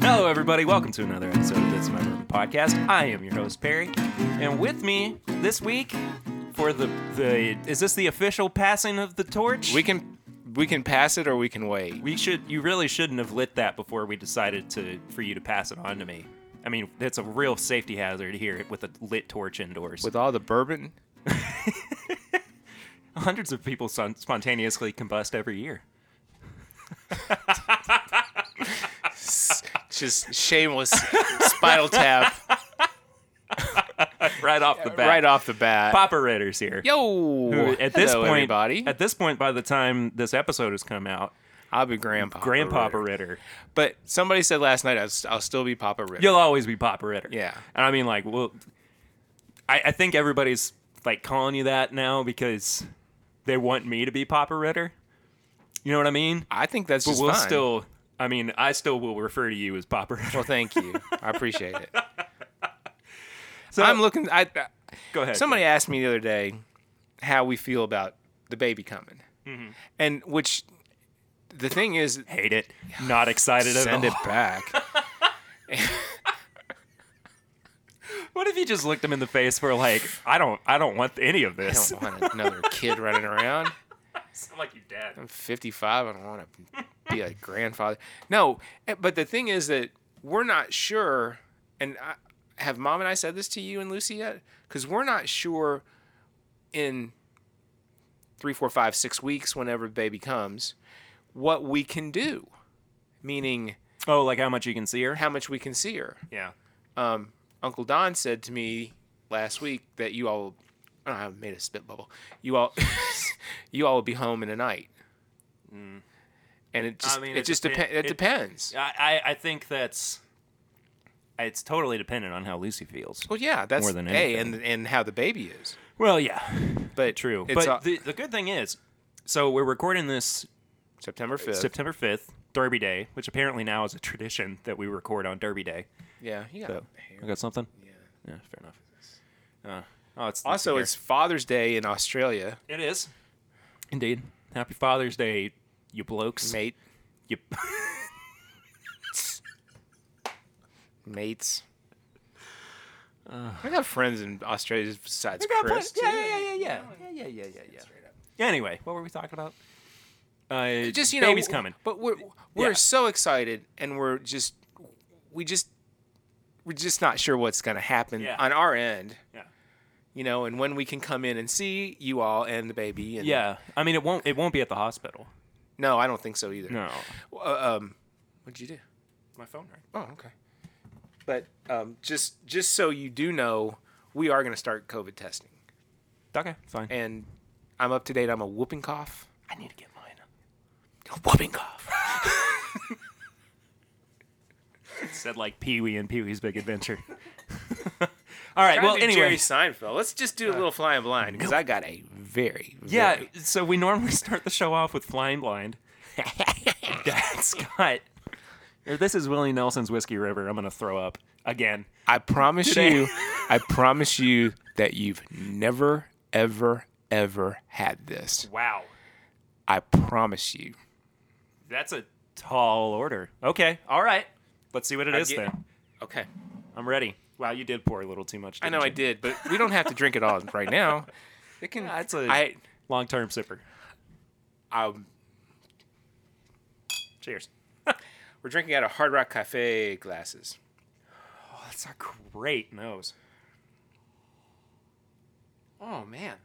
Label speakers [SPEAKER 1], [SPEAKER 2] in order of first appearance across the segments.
[SPEAKER 1] Hello, everybody. Welcome to another episode of This My Bourbon Podcast. I am your host Perry, and with me this week for the the is this the official passing of the torch?
[SPEAKER 2] We can we can pass it or we can wait.
[SPEAKER 1] we should you really shouldn't have lit that before we decided to for you to pass it on to me. I mean, that's a real safety hazard here with a lit torch indoors.
[SPEAKER 2] With all the bourbon,
[SPEAKER 1] hundreds of people son- spontaneously combust every year.
[SPEAKER 2] just shameless spinal tap
[SPEAKER 1] Right off the bat.
[SPEAKER 2] right off the bat.
[SPEAKER 1] Papa Ritter's here.
[SPEAKER 2] Yo,
[SPEAKER 1] Who, at this
[SPEAKER 2] hello,
[SPEAKER 1] point,
[SPEAKER 2] everybody,
[SPEAKER 1] at this point, by the time this episode has come out,
[SPEAKER 2] I'll be Grandpa.
[SPEAKER 1] Grandpa Ritter.
[SPEAKER 2] Ritter. But somebody said last night I'll, s- I'll still be Papa Ritter.
[SPEAKER 1] You'll always be Papa Ritter.
[SPEAKER 2] Yeah.
[SPEAKER 1] And I mean, like, well, I, I think everybody's like calling you that now because they want me to be Papa Ritter. You know what I mean?
[SPEAKER 2] I think that's
[SPEAKER 1] But
[SPEAKER 2] just
[SPEAKER 1] we'll
[SPEAKER 2] fine.
[SPEAKER 1] still, I mean, I still will refer to you as Papa Ritter.
[SPEAKER 2] Well, thank you. I appreciate it.
[SPEAKER 1] So
[SPEAKER 2] I'm looking. I, I
[SPEAKER 1] Go ahead.
[SPEAKER 2] somebody asked me the other day how we feel about the baby coming,
[SPEAKER 1] Mm-hmm.
[SPEAKER 2] and which the thing is,
[SPEAKER 1] hate it. Not excited at all.
[SPEAKER 2] send it back.
[SPEAKER 1] What if you just looked him in the face for like, I don't, I don't want any of
[SPEAKER 2] I
[SPEAKER 1] this.
[SPEAKER 2] don't want another kid running around.
[SPEAKER 1] Sound like your dad.
[SPEAKER 2] I'm 55. I don't want to be a grandfather. No, eh, but the thing is that we're not sure. And I, have mom and I said this to you and Lucy yet? Because we're not sure in three, four, five, six weeks, whenever baby comes, what we can do. Meaning
[SPEAKER 1] Oh, like how much you can see her?
[SPEAKER 2] how much we can see her.
[SPEAKER 1] Yeah.
[SPEAKER 2] Um, Uncle Don said to me last week that you all, oh, I made a spit bubble. You all, you all will be home in a night. And it just,
[SPEAKER 1] mean,
[SPEAKER 2] Mm. it,
[SPEAKER 1] it
[SPEAKER 2] just
[SPEAKER 1] depen-
[SPEAKER 2] depends. It,
[SPEAKER 1] it-
[SPEAKER 2] depends.
[SPEAKER 1] I, I, I think that's, it's totally dependent on how Lucy feels.
[SPEAKER 2] Well, yeah, that's
[SPEAKER 1] More than
[SPEAKER 2] a and and how the baby is.
[SPEAKER 1] Well, yeah,
[SPEAKER 2] But
[SPEAKER 1] true.
[SPEAKER 2] It's
[SPEAKER 1] but
[SPEAKER 2] all-
[SPEAKER 1] the, the good thing is, so we're recording this
[SPEAKER 2] September fifth.
[SPEAKER 1] September fifth, Derby Day, which apparently now is a tradition that we record on Derby Day.
[SPEAKER 2] yeah, you
[SPEAKER 1] So,
[SPEAKER 2] got
[SPEAKER 1] I got something. Yeah. Yeah. Fair enough. Uh, oh, it's
[SPEAKER 2] Also,
[SPEAKER 1] here.
[SPEAKER 2] it's Father's Day in Australia,
[SPEAKER 1] it is indeed. Happy Father's Day, you blokes.
[SPEAKER 2] mate,
[SPEAKER 1] You,
[SPEAKER 2] mates. I got friends in Australia besides
[SPEAKER 1] Yeah,
[SPEAKER 2] Chris.
[SPEAKER 1] yeah, yeah, yeah, yeah, yeah, yeah, yeah, yeah, yeah. Anyway, what were we talking about? Uh,
[SPEAKER 2] just you know
[SPEAKER 1] baby's
[SPEAKER 2] w-
[SPEAKER 1] coming.
[SPEAKER 2] but we're we're
[SPEAKER 1] Yeah.
[SPEAKER 2] so excited and we're just we just we're just not sure what's going to happen
[SPEAKER 1] Yeah.
[SPEAKER 2] on our end
[SPEAKER 1] Yeah.
[SPEAKER 2] you know and when we can come in and see you all and the baby and
[SPEAKER 1] Yeah, I mean it won't it won't be at the hospital.
[SPEAKER 2] no i don't think so either
[SPEAKER 1] No,
[SPEAKER 2] Uh, um what'd you do
[SPEAKER 1] my phone rang.
[SPEAKER 2] oh okay but um just just so you do know we are going to start covid testing
[SPEAKER 1] Okay, fine.
[SPEAKER 2] and i'm up to date i'm a whooping cough
[SPEAKER 1] I need to get mine.
[SPEAKER 2] whooping cough
[SPEAKER 1] said like Pee Wee and Pee Wee's Big Adventure. All right. Well, anyway. Uh,
[SPEAKER 2] Jerry Seinfeld. Let's just do a little flying blind because I got a very,
[SPEAKER 1] Yeah.
[SPEAKER 2] very
[SPEAKER 1] So we normally start the show off with Flying Blind. Dad Scott. If this is Willie Nelson's Whiskey River, I'm gonna throw up again.
[SPEAKER 2] I promise
[SPEAKER 1] Today.
[SPEAKER 2] you, I promise you that you've never, ever, ever had this.
[SPEAKER 1] Wow,
[SPEAKER 2] I promise you.
[SPEAKER 1] that's a tall order. Okay. All right. Let's see what it is
[SPEAKER 2] get-
[SPEAKER 1] then.
[SPEAKER 2] Okay.
[SPEAKER 1] I'm ready. Wow, you did pour a little too much.
[SPEAKER 2] I know I did, but we don't have to drink it all right now. It can.
[SPEAKER 1] That's a
[SPEAKER 2] I.
[SPEAKER 1] long-term sipper.
[SPEAKER 2] Um,
[SPEAKER 1] Cheers.
[SPEAKER 2] we're drinking out of Hard Rock Cafe glasses.
[SPEAKER 1] Oh, that's a great nose.
[SPEAKER 2] Oh man.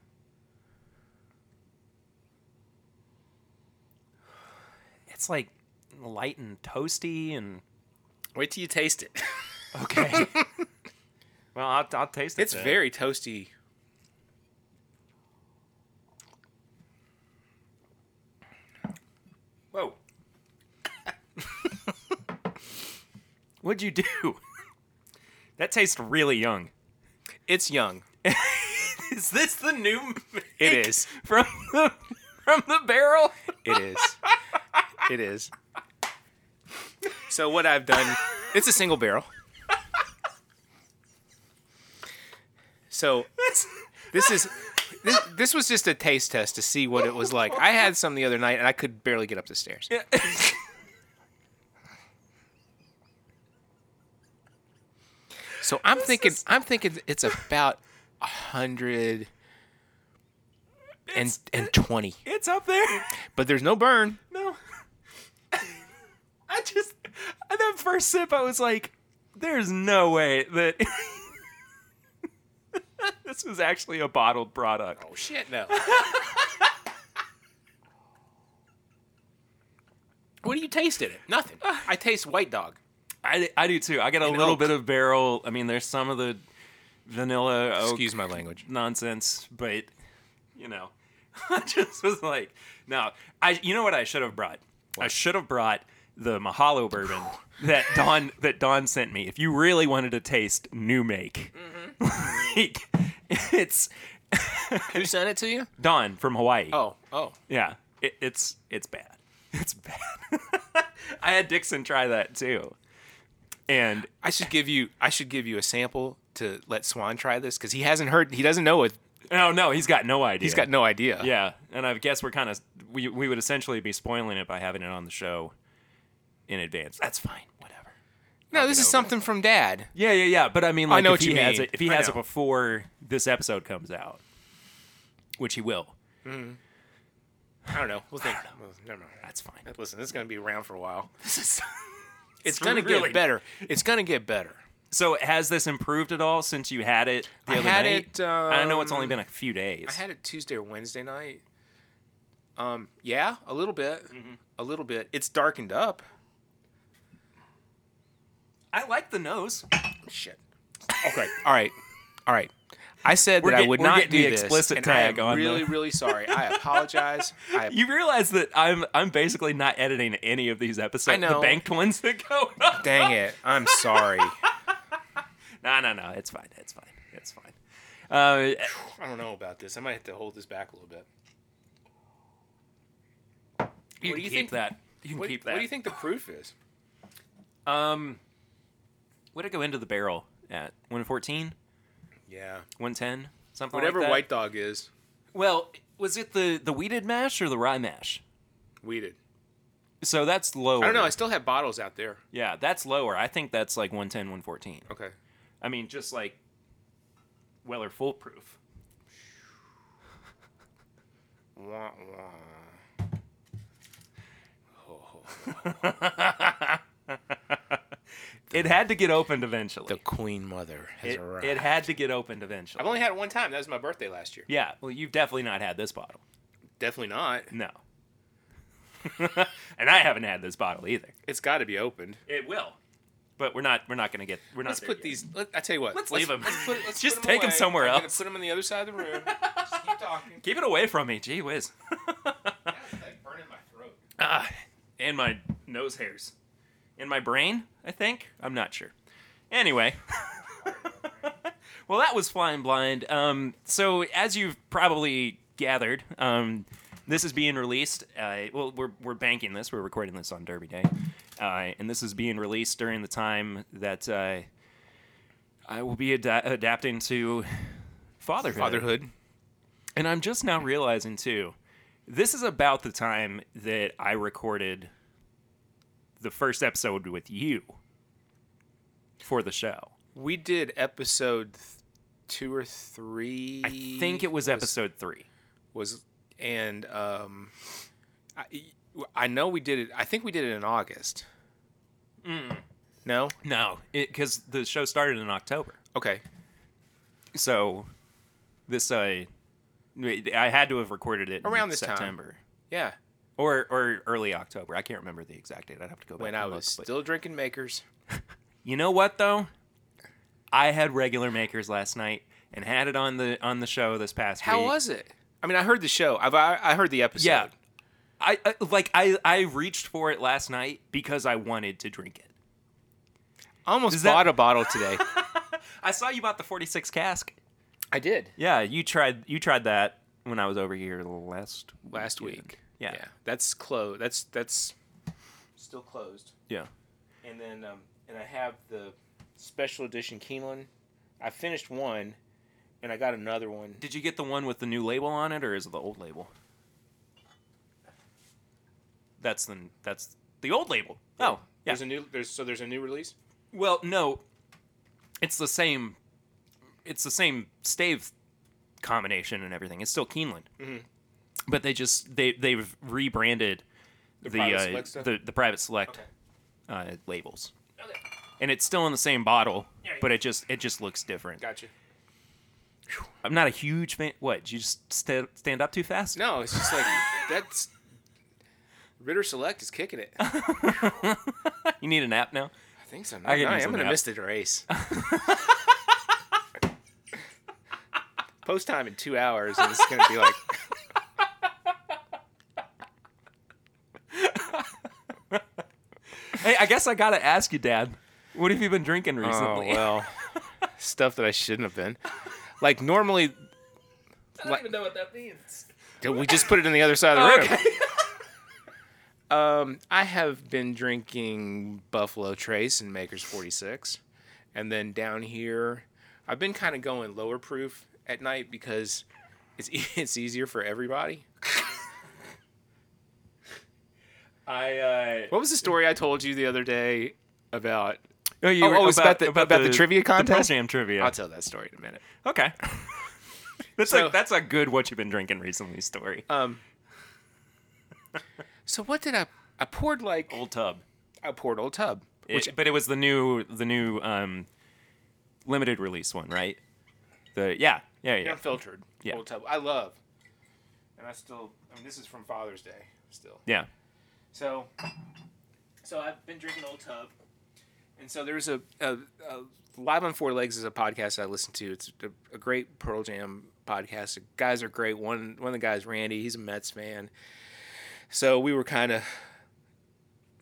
[SPEAKER 1] It's like light and toasty and
[SPEAKER 2] Wait till you taste it.
[SPEAKER 1] Okay. well, I'll, I'll taste it.
[SPEAKER 2] It's
[SPEAKER 1] then.
[SPEAKER 2] very toasty.
[SPEAKER 1] Whoa. What'd you do? that tastes really young.
[SPEAKER 2] It's young.
[SPEAKER 1] Is this the new?
[SPEAKER 2] It
[SPEAKER 1] make
[SPEAKER 2] is.
[SPEAKER 1] from the from the barrel.
[SPEAKER 2] It is. it is. So what I've done, it's a single barrel. So this is this, this was just a taste test to see what it was like. I had some the other night and I could barely get up the stairs. So I'm thinking, I'm thinking it's about a hundred and
[SPEAKER 1] It's-
[SPEAKER 2] and twenty,
[SPEAKER 1] It's up there.
[SPEAKER 2] but there's no burn.
[SPEAKER 1] No. I just at that first sip I was like, there's no way that this was actually a bottled product.
[SPEAKER 2] Oh shit, no. what do you taste in it? Nothing. I taste white dog.
[SPEAKER 1] I, I do too. I got a
[SPEAKER 2] And
[SPEAKER 1] little
[SPEAKER 2] oak.
[SPEAKER 1] bit of barrel. I mean, there's some of the vanilla oak
[SPEAKER 2] Excuse my language.
[SPEAKER 1] nonsense, but you know, I just was like, no. I you know what I should have brought? I should have brought the Mahalo bourbon that Don that Don sent me. If you really wanted to taste new make,
[SPEAKER 2] Mm-hmm.
[SPEAKER 1] like, it's
[SPEAKER 2] Who sent it to you?
[SPEAKER 1] Don from Hawaii.
[SPEAKER 2] Oh, oh.
[SPEAKER 1] Yeah, it, it's it's bad. It's bad. I had Dixon try that too, and
[SPEAKER 2] I should give you. I should give you a sample to let Swan try this because he hasn't heard. He doesn't know it.
[SPEAKER 1] oh no, he's got no idea.
[SPEAKER 2] He's got no idea.
[SPEAKER 1] Yeah, and I guess we're kind of we we would essentially be spoiling it by having it on the show in advance. That's fine, whatever.
[SPEAKER 2] No, this
[SPEAKER 1] get
[SPEAKER 2] is
[SPEAKER 1] over
[SPEAKER 2] something from Dad.
[SPEAKER 1] Yeah, yeah, yeah. But I mean, like,
[SPEAKER 2] know
[SPEAKER 1] if
[SPEAKER 2] what
[SPEAKER 1] he
[SPEAKER 2] you
[SPEAKER 1] has
[SPEAKER 2] mean.
[SPEAKER 1] it, if he
[SPEAKER 2] I
[SPEAKER 1] has it
[SPEAKER 2] know.
[SPEAKER 1] before this episode comes out, which he will,
[SPEAKER 2] I don't know. We'll think. Well, never mind.
[SPEAKER 1] that's fine.
[SPEAKER 2] Listen, this is gonna be around for a while.
[SPEAKER 1] This is
[SPEAKER 2] It's gonna
[SPEAKER 1] really-
[SPEAKER 2] get better. It's gonna get better.
[SPEAKER 1] So has this improved at all since you had it the
[SPEAKER 2] I
[SPEAKER 1] other
[SPEAKER 2] had
[SPEAKER 1] night?
[SPEAKER 2] it,
[SPEAKER 1] I know it's only
[SPEAKER 2] um,
[SPEAKER 1] been a few days.
[SPEAKER 2] I had it Tuesday or Wednesday night. Mm-hmm. Um, yeah, a little bit, a little bit. It's darkened up.
[SPEAKER 1] I like the nose.
[SPEAKER 2] Shit. Okay. All right. All right. I said that
[SPEAKER 1] get-
[SPEAKER 2] I would
[SPEAKER 1] we're
[SPEAKER 2] not
[SPEAKER 1] getting
[SPEAKER 2] do
[SPEAKER 1] the
[SPEAKER 2] this,
[SPEAKER 1] explicit
[SPEAKER 2] and
[SPEAKER 1] tag
[SPEAKER 2] I am
[SPEAKER 1] on the-
[SPEAKER 2] really, really sorry. I apologize. I
[SPEAKER 1] You realize that I'm I'm basically not editing any of these episodes.
[SPEAKER 2] I know.
[SPEAKER 1] the banked ones that go up.
[SPEAKER 2] dang it. I'm sorry.
[SPEAKER 1] No, no, no. It's fine. It's fine. It's fine. Uh,
[SPEAKER 2] I don't know about this. I might have to hold this back a little bit.
[SPEAKER 1] you
[SPEAKER 2] What do
[SPEAKER 1] can
[SPEAKER 2] you
[SPEAKER 1] keep
[SPEAKER 2] think-
[SPEAKER 1] that. You can
[SPEAKER 2] What,
[SPEAKER 1] keep that.
[SPEAKER 2] what do you think the proof is?
[SPEAKER 1] Um, what'd it go into the barrel at? 114?
[SPEAKER 2] Yeah.
[SPEAKER 1] 110? Something
[SPEAKER 2] Whatever
[SPEAKER 1] like that?
[SPEAKER 2] White Dog is,
[SPEAKER 1] Well, was it the, the weeded mash or the rye mash?
[SPEAKER 2] weeded.
[SPEAKER 1] So that's lower.
[SPEAKER 2] I don't know. I still have bottles out there.
[SPEAKER 1] Yeah, that's lower. I think that's like 110, 114.
[SPEAKER 2] Okay.
[SPEAKER 1] I mean, just like Weller foolproof.
[SPEAKER 2] Wah, wah.
[SPEAKER 1] It had to get opened eventually.
[SPEAKER 2] The Queen Mother has
[SPEAKER 1] it,
[SPEAKER 2] arrived.
[SPEAKER 1] it had to get opened eventually.
[SPEAKER 2] I've only had it one time. That was my birthday last year.
[SPEAKER 1] yeah, well, you've definitely not had this bottle.
[SPEAKER 2] Definitely not.
[SPEAKER 1] No. and I haven't had this bottle either.
[SPEAKER 2] It's got to be opened.
[SPEAKER 1] It will. But we're not. We're not gonna get. We're not.
[SPEAKER 2] Let's
[SPEAKER 1] there
[SPEAKER 2] put
[SPEAKER 1] yet.
[SPEAKER 2] these. Let, I tell you what.
[SPEAKER 1] Let's leave 'em.
[SPEAKER 2] Let's put, let's
[SPEAKER 1] Just
[SPEAKER 2] put
[SPEAKER 1] take 'em
[SPEAKER 2] away.
[SPEAKER 1] somewhere
[SPEAKER 2] I'm gonna
[SPEAKER 1] else.
[SPEAKER 2] Put them on the other side of the room. Just keep talking.
[SPEAKER 1] Keep it away from me. Gee whiz.
[SPEAKER 2] That's like burning my throat.
[SPEAKER 1] Ah, and my nose hairs. And my brain. I think. I'm not sure. Anyway. well, that was flying blind. Um, so as you've probably gathered, um, this is being released. Uh, well, we're we're banking this. We're recording this on Derby Day, uh, and this is being released during the time that. Uh, I will be ada- adapting to fatherhood.
[SPEAKER 2] Fatherhood.
[SPEAKER 1] And I'm just now realizing too, this is about the time that I recorded the first episode with you for the show.
[SPEAKER 2] We did episode th- two or three.
[SPEAKER 1] I think it was episode three.
[SPEAKER 2] was and um, I, I know we did it. I think we did it in August. No.
[SPEAKER 1] No, because the show started in October.
[SPEAKER 2] Okay.
[SPEAKER 1] So this I I had to have recorded it in
[SPEAKER 2] Around this time.
[SPEAKER 1] September
[SPEAKER 2] Yeah.
[SPEAKER 1] or or early October. I can't remember the exact date. I'd have to go back.
[SPEAKER 2] When
[SPEAKER 1] and
[SPEAKER 2] I
[SPEAKER 1] look,
[SPEAKER 2] was
[SPEAKER 1] but-
[SPEAKER 2] still drinking Makers.
[SPEAKER 1] You know what though? I had regular makers last night and had it on the on the show this past
[SPEAKER 2] How
[SPEAKER 1] week.
[SPEAKER 2] was it? I mean, I heard the show. I've I, I heard the episode.
[SPEAKER 1] Yeah. I, I like I I reached for it last night because I wanted to drink it.
[SPEAKER 2] I almost
[SPEAKER 1] Does that-
[SPEAKER 2] bought a bottle today.
[SPEAKER 1] I saw you bought the 46 cask.
[SPEAKER 2] I did.
[SPEAKER 1] Yeah, you tried you tried that when I was over here last
[SPEAKER 2] last
[SPEAKER 1] weekend.
[SPEAKER 2] week.
[SPEAKER 1] Yeah.
[SPEAKER 2] that's closed. That's that's still closed.
[SPEAKER 1] Yeah.
[SPEAKER 2] And then um, and I have the special edition Keeneland. I finished one, and I got another one.
[SPEAKER 1] Did you get the one with the new label on it or is it the old label? That's the that's the old label. Oh, yeah.
[SPEAKER 2] There's a new there's so there's a new release.
[SPEAKER 1] Well, no. it's the same it's the same stave combination and everything. It's still Keeneland. But they just they they've rebranded the the
[SPEAKER 2] Private
[SPEAKER 1] uh,
[SPEAKER 2] Select stuff?
[SPEAKER 1] the, the private select uh, labels. And it's still in the same bottle,
[SPEAKER 2] Yeah,
[SPEAKER 1] but it just it just looks different.
[SPEAKER 2] Gotcha.
[SPEAKER 1] I'm not a huge fan. What? Did you just sta stand up too fast?
[SPEAKER 2] No, it's just like that's Ritter Select is kicking it. I
[SPEAKER 1] You need a nap now.
[SPEAKER 2] think so.
[SPEAKER 1] I
[SPEAKER 2] I
[SPEAKER 1] could use
[SPEAKER 2] am
[SPEAKER 1] a
[SPEAKER 2] gonna
[SPEAKER 1] nap.
[SPEAKER 2] miss the race. Post time in two hours, and it's gonna be like
[SPEAKER 1] Hey, I guess I gotta ask you, Dad. What have you been drinking recently?
[SPEAKER 2] Oh well, stuff that I shouldn't have been. Like normally,
[SPEAKER 1] I don't even know what that means.
[SPEAKER 2] we just put it in the other side of the room.
[SPEAKER 1] Okay.
[SPEAKER 2] Um, I have been drinking Buffalo Trace and Maker's 46. And then down here, I've been kind of going lower proof at night because it's e- it's easier for everybody.
[SPEAKER 1] I. Uh,
[SPEAKER 2] What was the story I told you the other day about?
[SPEAKER 1] oh, you
[SPEAKER 2] Oh,
[SPEAKER 1] were-
[SPEAKER 2] oh, it's about the- about the trivia contest?
[SPEAKER 1] The Pearl Jam trivia.
[SPEAKER 2] I'll tell that story in a minute.
[SPEAKER 1] Okay. that's
[SPEAKER 2] So-
[SPEAKER 1] like that's a good what you've been drinking recently story.
[SPEAKER 2] Um, so what did I? I poured like
[SPEAKER 1] Old tub.
[SPEAKER 2] I poured old tub, which
[SPEAKER 1] It- but it was the new the new um, limited release one, right? The yeah yeah yeah.
[SPEAKER 2] unfiltered
[SPEAKER 1] Yeah.
[SPEAKER 2] old tub I love, and I still. I mean, this is from Father's Day still.
[SPEAKER 1] Yeah.
[SPEAKER 2] So, so I've been drinking Old Tub, and so there's a, a, a Live on Four Legs is a podcast I listen to. It's a, a great Pearl Jam podcast. The guys are great. One one of the guys, Randy, he's a Mets fan. So we were kind of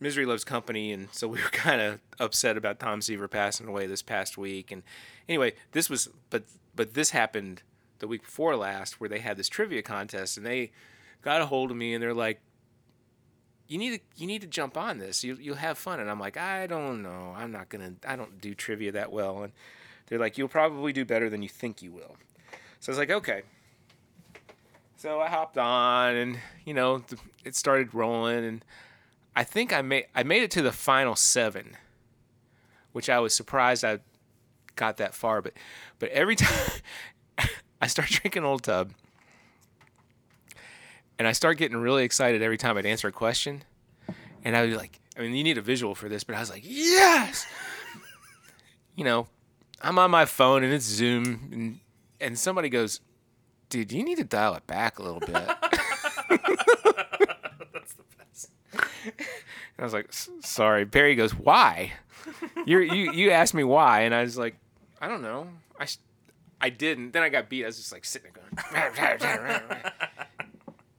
[SPEAKER 2] misery loves company, and so we were kind of upset about Tom Seaver passing away this past week. And anyway, this was but but this happened the week before last, where they had this trivia contest, and they got a hold of me, and they're like you need to you need to jump on this. You you'll have fun. And I'm like, I don't know. I'm not gonna. I don't do trivia that well. And they're like, you'll probably do better than you think you will. So I was like, okay. So I hopped on, and you know, th- it started rolling, and I think I made I made it to the final seven, which I was surprised I got that far. But but every time I start drinking Old Tub, and I start getting really excited every time I'd answer a question. And I would be like, I mean, you need a visual for this, but I was like, yes. you know, I'm on my phone and it's Zoom, and, and somebody goes, dude, you need to dial it back a little bit. That's the best. And I was like, "S- sorry. Barry goes, why? You're, you you asked me why, and I was like, I don't know. I, s- I didn't. Then I got beat. I was just like sitting there going.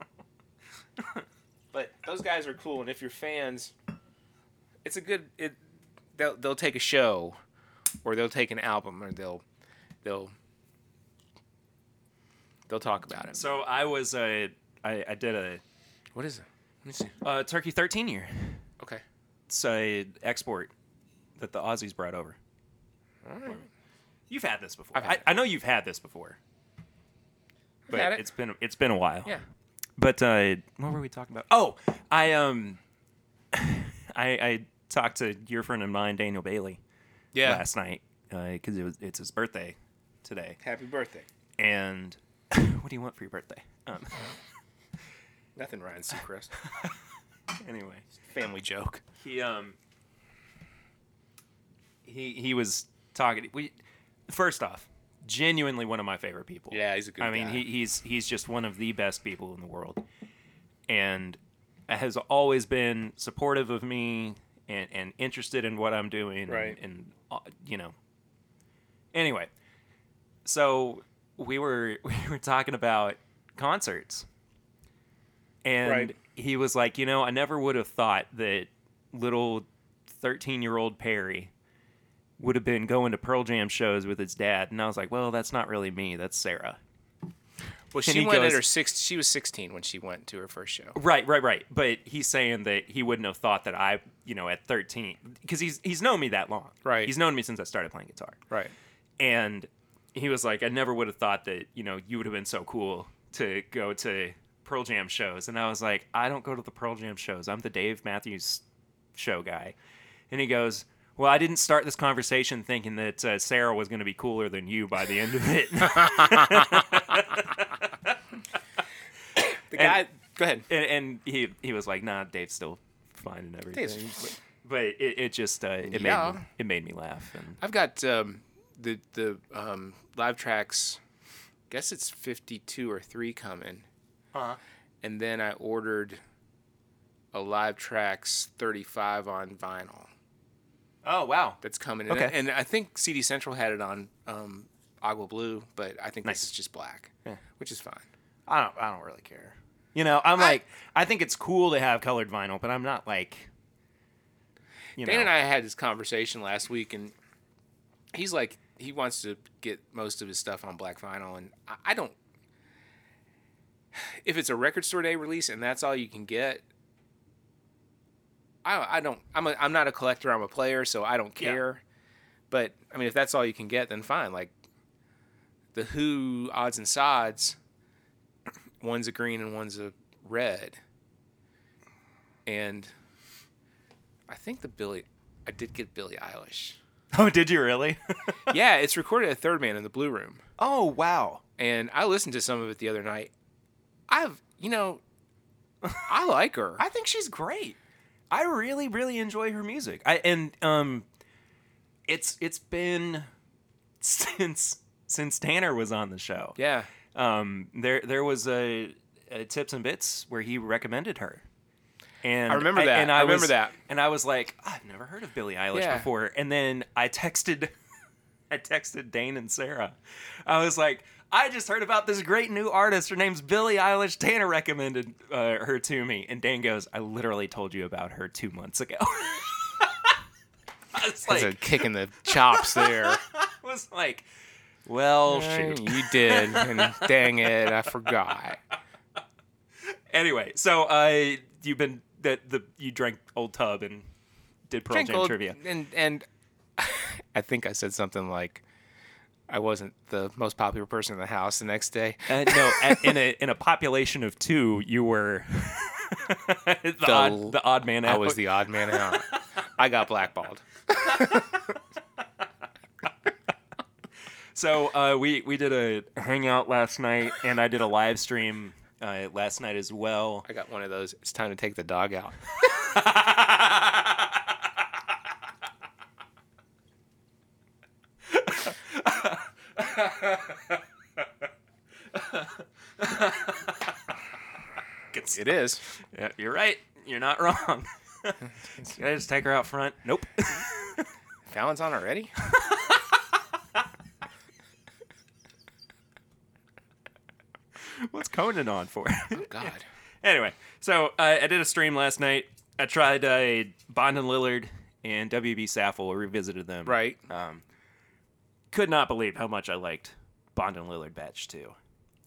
[SPEAKER 2] but those guys are cool and if you're fans it's a good it they'll, they'll take a show or they'll take an album or they'll they'll they'll talk about it
[SPEAKER 1] So I was uh, I I did a
[SPEAKER 2] what is it let me see
[SPEAKER 1] uh, turkey 13 year.
[SPEAKER 2] okay
[SPEAKER 1] It's a export that the Aussies brought over.
[SPEAKER 2] all right
[SPEAKER 1] You've had this before.
[SPEAKER 2] I've had
[SPEAKER 1] I,
[SPEAKER 2] it.
[SPEAKER 1] I know you've had this before. But
[SPEAKER 2] had it.
[SPEAKER 1] has been it's been a while.
[SPEAKER 2] yeah
[SPEAKER 1] But uh, what were we talking about? Oh, I um, I I talked to your friend of mine, Daniel Bailey,
[SPEAKER 2] yeah
[SPEAKER 1] last night because it was it's his birthday today.
[SPEAKER 2] happy birthday
[SPEAKER 1] And what do you want for your birthday? Um,
[SPEAKER 2] nothing ryan seacrest
[SPEAKER 1] anyway,
[SPEAKER 2] family joke
[SPEAKER 1] he um, he he was talking. We first off, genuinely one of my favorite people.
[SPEAKER 2] yeah he's a good
[SPEAKER 1] I mean,
[SPEAKER 2] guy.
[SPEAKER 1] he, he's he's just one of the best people in the world, and has always been supportive of me and, and interested in what I'm doing.
[SPEAKER 2] Right.
[SPEAKER 1] And, and uh, you know. Anyway, so we were we were talking about concerts, and
[SPEAKER 2] Right.
[SPEAKER 1] he was like, you know, I never would have thought that little thirteen year old Perry would have been going to Pearl Jam shows with his dad, and I was like, well, that's not really me. That's Sarah.
[SPEAKER 2] well
[SPEAKER 1] and
[SPEAKER 2] she
[SPEAKER 1] he
[SPEAKER 2] went
[SPEAKER 1] goes-
[SPEAKER 2] at her six she was 16 when she went to her first show
[SPEAKER 1] Right, right, right. But he's saying that he wouldn't have thought that I, you know, at 13, because he's he's known me that long.
[SPEAKER 2] Right.
[SPEAKER 1] He's known me since I started playing guitar.
[SPEAKER 2] right
[SPEAKER 1] And he was like, I never would have thought that, you know, you would have been so cool to go to Pearl Jam shows. And I was like, I don't go to the Pearl Jam shows. I'm the Dave Matthews show guy. And he goes, Well, I didn't start this conversation thinking that uh, Sarah was going to be cooler than you by the end of it.
[SPEAKER 2] The
[SPEAKER 1] And-
[SPEAKER 2] guy. Go ahead.
[SPEAKER 1] and, and he he was like, "Nah, Dave's still fine and everything."
[SPEAKER 2] Dave's-
[SPEAKER 1] but it, it just uh, it
[SPEAKER 2] Yeah.
[SPEAKER 1] made me, it made me laugh. And
[SPEAKER 2] I've got um, the the um, live tracks. Guess it's fifty two or three coming.
[SPEAKER 1] Uh-huh.
[SPEAKER 2] And then I ordered a live tracks thirty five on vinyl.
[SPEAKER 1] oh wow,
[SPEAKER 2] That's coming.
[SPEAKER 1] Okay.
[SPEAKER 2] And, and I think CD Central had it on um, Agua Blue, but I think
[SPEAKER 1] Nice.
[SPEAKER 2] this is just black,
[SPEAKER 1] Yeah.
[SPEAKER 2] which is fine.
[SPEAKER 1] I don't I don't really care. You know, I'm like I think it's cool to have colored vinyl, but I'm not like. You
[SPEAKER 2] Dan
[SPEAKER 1] know,
[SPEAKER 2] and I had this conversation last week, and he's like, he wants to get most of his stuff on black vinyl, and I, I don't. If it's a record store day release and that's all you can get, I, I don't. I'm a, I'm not a collector. I'm a player, so I don't
[SPEAKER 1] Yeah.
[SPEAKER 2] care. But I mean, if that's all you can get, then fine. Like the Who odds and sods, one's a green and one's a red, and I think the Billy. I did get Billie Eilish.
[SPEAKER 1] Oh, did you really?
[SPEAKER 2] yeah, it's recorded at Third Man in the Blue Room,
[SPEAKER 1] oh wow.
[SPEAKER 2] and I listened to some of it the other night. I've, you know, I like her.
[SPEAKER 1] I think she's great. I really, really enjoy her music. I and um, it's it's been since since Tanner was on the show.
[SPEAKER 2] yeah,
[SPEAKER 1] Um, there there was a, a tips and bits where he recommended her. And
[SPEAKER 2] I remember that. I remember
[SPEAKER 1] was,
[SPEAKER 2] that.
[SPEAKER 1] And I was like, I've never heard of Billie Eilish
[SPEAKER 2] Yeah.
[SPEAKER 1] before. And then I texted, I texted Dane and Sarah. I was like, I just heard about this great new artist. Her name's Billie Eilish. Tanner recommended uh, her to me. And Dane goes, I literally told you about her two months ago. I was
[SPEAKER 2] that's a
[SPEAKER 1] like,
[SPEAKER 2] kick in the chops there.
[SPEAKER 1] I was like, well, shoot.
[SPEAKER 2] you did, and dang it, I forgot.
[SPEAKER 1] Anyway, so uh, you've been that the you drank Old Tub and did Pearl
[SPEAKER 2] Drink
[SPEAKER 1] Jam
[SPEAKER 2] old-
[SPEAKER 1] trivia.
[SPEAKER 2] and and I think I said something like, I wasn't the most popular person in the house the next day.
[SPEAKER 1] Uh, no, at, in a in a population of two, you were the, odd, the odd man out.
[SPEAKER 2] I was the odd man out. I got blackballed.
[SPEAKER 1] so uh, we we did a hangout last night, and I did a live stream uh, last night as well.
[SPEAKER 2] I got one of those. It's time to take the dog out. It is.
[SPEAKER 1] Yeah, you're right. You're not wrong. Can I just take her out front? Nope.
[SPEAKER 2] Fallon's on already?
[SPEAKER 1] What's Conan on for?
[SPEAKER 2] Oh, God.
[SPEAKER 1] Anyway, so uh, I did a stream last night. I tried uh, Bond and Lillard and WB Saffel. Revisited them.
[SPEAKER 2] Right.
[SPEAKER 1] Um, could not believe how much I liked Bond and Lillard Batch Two.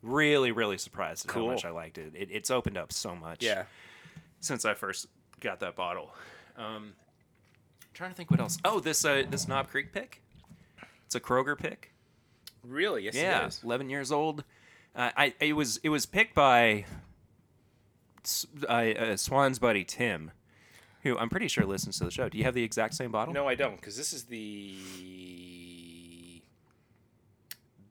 [SPEAKER 1] Really, really surprised at
[SPEAKER 2] Cool.
[SPEAKER 1] how much I liked it. it. It's opened up so much.
[SPEAKER 2] Yeah.
[SPEAKER 1] Since I first got that bottle. Um, trying to think what else. Oh, this uh, this Knob Creek pick. It's a Kroger pick.
[SPEAKER 2] Really? Yes,
[SPEAKER 1] Yeah, eleven years old. Uh, I it was it was picked by S- uh, uh, Swan's buddy Tim, who I'm pretty sure listens to the show. Do you have the exact same bottle?
[SPEAKER 2] No, I don't, because this is the.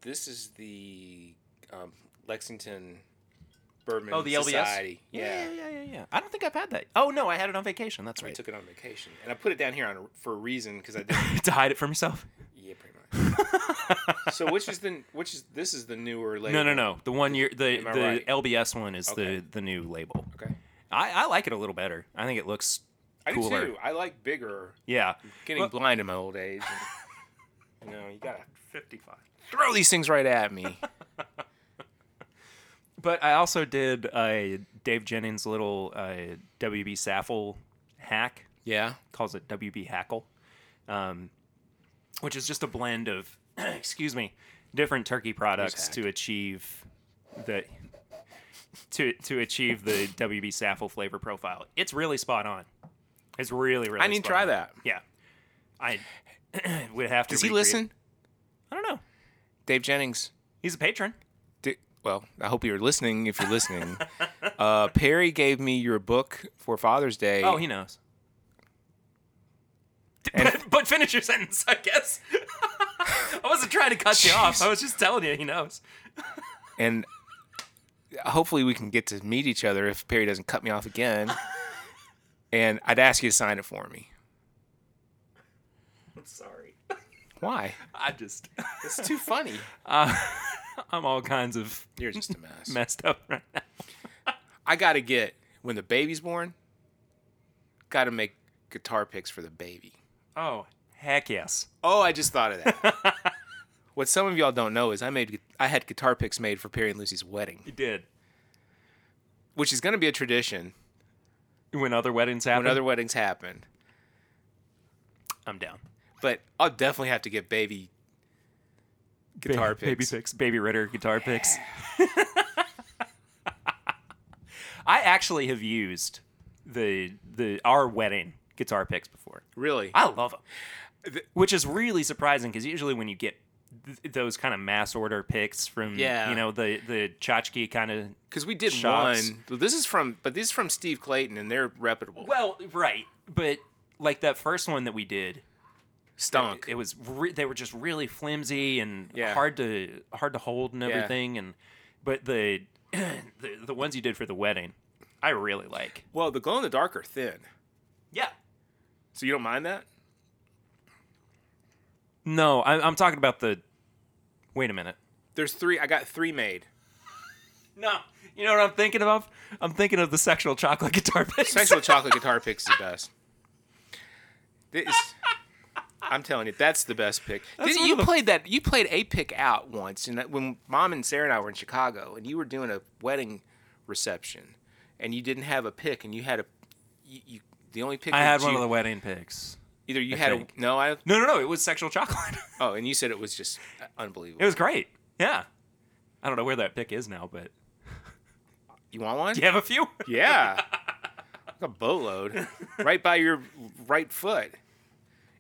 [SPEAKER 2] This is the um, Lexington Bourbon
[SPEAKER 1] Oh, the LBS.
[SPEAKER 2] Society.
[SPEAKER 1] Yeah. yeah, yeah, yeah, yeah. I don't think I've had that. Oh no, I had it on vacation. That's
[SPEAKER 2] I
[SPEAKER 1] right.
[SPEAKER 2] took it on vacation, and I put it down here on a, for a reason because I didn't.
[SPEAKER 1] to hide it from yourself?
[SPEAKER 2] yeah, pretty much. so which is the which is this is the newer
[SPEAKER 1] No,
[SPEAKER 2] later?
[SPEAKER 1] no, no. The one year, the the
[SPEAKER 2] Am I right?
[SPEAKER 1] LBS one is
[SPEAKER 2] Okay.
[SPEAKER 1] the the new label.
[SPEAKER 2] Okay.
[SPEAKER 1] I I like it a little better. I think it looks
[SPEAKER 2] I do
[SPEAKER 1] cooler.
[SPEAKER 2] too. I like bigger.
[SPEAKER 1] Yeah.
[SPEAKER 2] Getting
[SPEAKER 1] Well-
[SPEAKER 2] blind in my old age. you know, you gotta
[SPEAKER 1] Fifty five.
[SPEAKER 2] throw these things right at me.
[SPEAKER 1] But I also did uh, Dave Jennings' little uh, WB Saffel hack.
[SPEAKER 2] Yeah.
[SPEAKER 1] Calls it WB Hackle, um, which is just a blend of, excuse me, different turkey products
[SPEAKER 2] hack.
[SPEAKER 1] to achieve the to to achieve the WB Saffel flavor profile. It's really spot on. It's really really.
[SPEAKER 2] I need to
[SPEAKER 1] spot
[SPEAKER 2] try
[SPEAKER 1] on.
[SPEAKER 2] that.
[SPEAKER 1] Yeah, I would have to.
[SPEAKER 2] Does he
[SPEAKER 1] recreate-
[SPEAKER 2] listen?
[SPEAKER 1] I don't know.
[SPEAKER 2] Dave Jennings.
[SPEAKER 1] He's a patron.
[SPEAKER 2] di- well, I hope you're listening. If you're listening, uh, Perry gave me your book for Father's Day.
[SPEAKER 1] Oh, he knows. but, but finish your sentence, I guess. I wasn't trying to cut you off. I was just telling you he knows.
[SPEAKER 2] and hopefully we can get to meet each other if Perry doesn't cut me off again. and I'd ask you to sign it for me.
[SPEAKER 1] I'm sorry.
[SPEAKER 2] Why?
[SPEAKER 1] I just,
[SPEAKER 2] It's too funny.
[SPEAKER 1] I'm all kinds of
[SPEAKER 2] You're just a mess.
[SPEAKER 1] messed up right now.
[SPEAKER 2] I gotta get when the baby's born. Gotta make guitar picks for the baby.
[SPEAKER 1] Oh, heck yes.
[SPEAKER 2] Oh, I just thought of that. what some of y'all don't know is I made I had guitar picks made for Perry and Lucy's wedding,
[SPEAKER 1] You did.
[SPEAKER 2] which is gonna be a tradition
[SPEAKER 1] When other weddings happen,
[SPEAKER 2] when other weddings happen.
[SPEAKER 1] I'm down.
[SPEAKER 2] But I'll definitely have to get baby guitar
[SPEAKER 1] baby,
[SPEAKER 2] picks.
[SPEAKER 1] Baby picks. Baby Ritter guitar picks. I actually have used the the our wedding guitar picks before.
[SPEAKER 2] Really?
[SPEAKER 1] I love them, which is really surprising because usually when you get th- those kind of mass order picks from
[SPEAKER 2] Yeah.
[SPEAKER 1] you know the the tchotchke kind of
[SPEAKER 2] Because we did
[SPEAKER 1] Shots.
[SPEAKER 2] one. This is from, but this is from Steve Clayton, and they're reputable.
[SPEAKER 1] well right, but like that first one that we did,
[SPEAKER 2] Stunk.
[SPEAKER 1] it was re- they were just really flimsy and
[SPEAKER 2] Yeah.
[SPEAKER 1] hard to hard to hold and everything and but the, the the ones you did for the wedding i really like
[SPEAKER 2] well, the glow in the dark are thin,
[SPEAKER 1] yeah
[SPEAKER 2] so you don't mind that.
[SPEAKER 1] no I, i'm talking about the wait a minute
[SPEAKER 2] There's three. I got three made.
[SPEAKER 1] no you know what i'm thinking of i'm thinking of the sexual chocolate guitar picks.
[SPEAKER 2] Sexual chocolate guitar picks is the best. This, I'm telling you, that's the best pick. Didn't
[SPEAKER 1] one
[SPEAKER 2] you
[SPEAKER 1] of the-
[SPEAKER 2] played that? You played a pick out once, and that- when Mom and Sarah and I were in Chicago, and you were doing a wedding reception, and you didn't have a pick, and you had a, you, you the only pick
[SPEAKER 1] i
[SPEAKER 2] that
[SPEAKER 1] had
[SPEAKER 2] you,
[SPEAKER 1] one of the wedding picks
[SPEAKER 2] either you had
[SPEAKER 1] think.
[SPEAKER 2] a no, I
[SPEAKER 1] no no no it was sexual chocolate
[SPEAKER 2] oh, and you said it was just unbelievable.
[SPEAKER 1] it was great yeah i don't know where that pick is now but
[SPEAKER 2] You want one?
[SPEAKER 1] do you have a few
[SPEAKER 2] Yeah. Like a boatload. right by your right foot.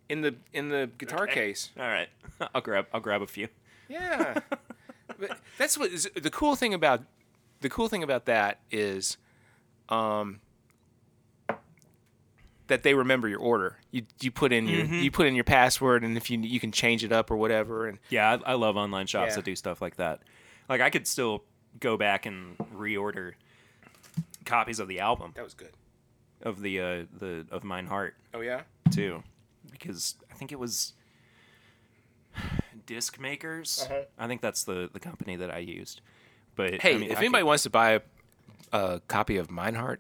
[SPEAKER 2] In the in the guitar case.
[SPEAKER 1] all right i'll grab i'll grab a few
[SPEAKER 2] Yeah. but that's what is, the cool thing about the cool thing about that is um that they remember your order. You you put in your you put in your password and if you you can change it up or whatever and
[SPEAKER 1] Yeah, I, I love online shops
[SPEAKER 2] Yeah.
[SPEAKER 1] that do stuff like that. Like I could still go back and reorder copies of the album
[SPEAKER 2] that was good.
[SPEAKER 1] of the uh, the of Mine Heart
[SPEAKER 2] Oh yeah.
[SPEAKER 1] too, because I think it was Disc Makers. I think that's the the company that I used. But
[SPEAKER 2] Uh-huh. Hey,
[SPEAKER 1] I mean,
[SPEAKER 2] if
[SPEAKER 1] I
[SPEAKER 2] anybody wants to buy a, a copy of Mineheart,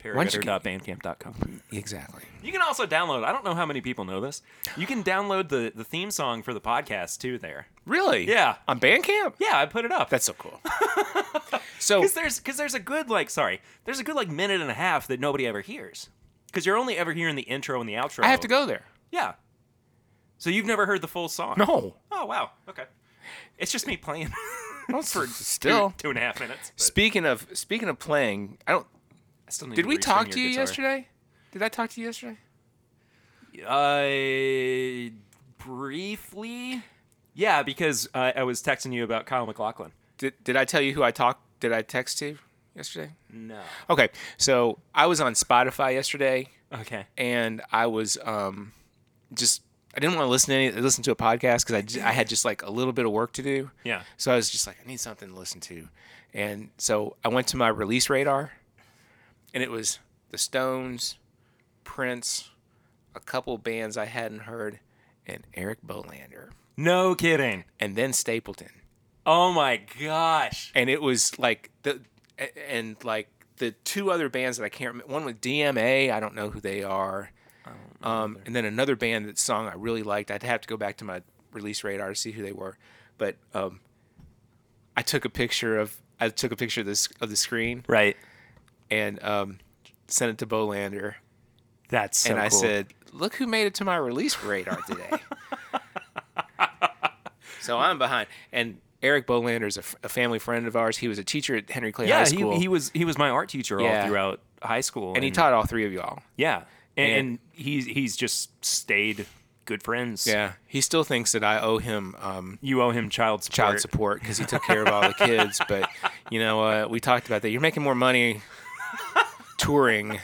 [SPEAKER 1] could-
[SPEAKER 2] why don't you get-
[SPEAKER 1] paradiddle.bandcamp.com.
[SPEAKER 2] exactly.
[SPEAKER 1] You can also download. I don't know how many people know this. You can download the the theme song for the podcast too. There.
[SPEAKER 2] Really?
[SPEAKER 1] Yeah.
[SPEAKER 2] On Bandcamp?
[SPEAKER 1] Yeah, I put it up.
[SPEAKER 2] That's so cool. so
[SPEAKER 1] because there's because there's a good like sorry there's a good like minute and a half that nobody ever hears because you're only ever hearing the intro and the outro.
[SPEAKER 2] I have to go there.
[SPEAKER 1] Yeah. So you've never heard the full song.
[SPEAKER 2] No.
[SPEAKER 1] Oh wow. Okay. It's just me playing for
[SPEAKER 2] still.
[SPEAKER 1] two, two and a half minutes. but
[SPEAKER 2] Speaking of speaking of playing, I don't.
[SPEAKER 1] I still need
[SPEAKER 2] Did
[SPEAKER 1] to
[SPEAKER 2] we
[SPEAKER 1] restring
[SPEAKER 2] talk
[SPEAKER 1] your
[SPEAKER 2] to you
[SPEAKER 1] guitar.
[SPEAKER 2] yesterday? Did I talk to you yesterday?
[SPEAKER 1] Uh, briefly. Yeah, because uh, I was texting you about Kyle McLaughlin.
[SPEAKER 2] Did Did I tell you who I talked? Did I text to yesterday?
[SPEAKER 1] No.
[SPEAKER 2] Okay, so I was on Spotify yesterday,
[SPEAKER 1] Okay.
[SPEAKER 2] and I was um, just I didn't want to listen to any, listen to a podcast because I j- I had just like a little bit of work to do.
[SPEAKER 1] Yeah.
[SPEAKER 2] So I was just like, I need something to listen to. And so I went to my release radar, and it was The Stones, Prince, a couple bands I hadn't heard, and Eric Bolander,
[SPEAKER 1] No kidding.
[SPEAKER 2] and then Stapleton.
[SPEAKER 1] Oh my gosh.
[SPEAKER 2] And it was like the a- and like the two other bands that I can't remember. One was DMA. I don't know who they are. Um, and then another band that song I really liked. I'd have to go back to my release radar to see who they were. But um, I took a picture of I took a picture of this of the screen
[SPEAKER 1] Right.
[SPEAKER 2] and um, sent it to Bolander.
[SPEAKER 1] That's so
[SPEAKER 2] and I
[SPEAKER 1] cool.
[SPEAKER 2] said, "Look who made it to my release radar today." so I'm behind. And Eric Bolander is a, f- a family friend of ours. He was a teacher at Henry Clay High
[SPEAKER 1] yeah,
[SPEAKER 2] School,
[SPEAKER 1] he, he was he was my art teacher
[SPEAKER 2] Yeah.
[SPEAKER 1] all throughout high school,
[SPEAKER 2] and he taught all three of y'all.
[SPEAKER 1] Yeah, and,
[SPEAKER 2] And-
[SPEAKER 1] and, he's he's just stayed good friends.
[SPEAKER 2] Yeah, he still thinks that I owe him um,
[SPEAKER 1] you owe him child support.
[SPEAKER 2] child support because he took care of all the kids. But you know what? we talked about that. You're making more money touring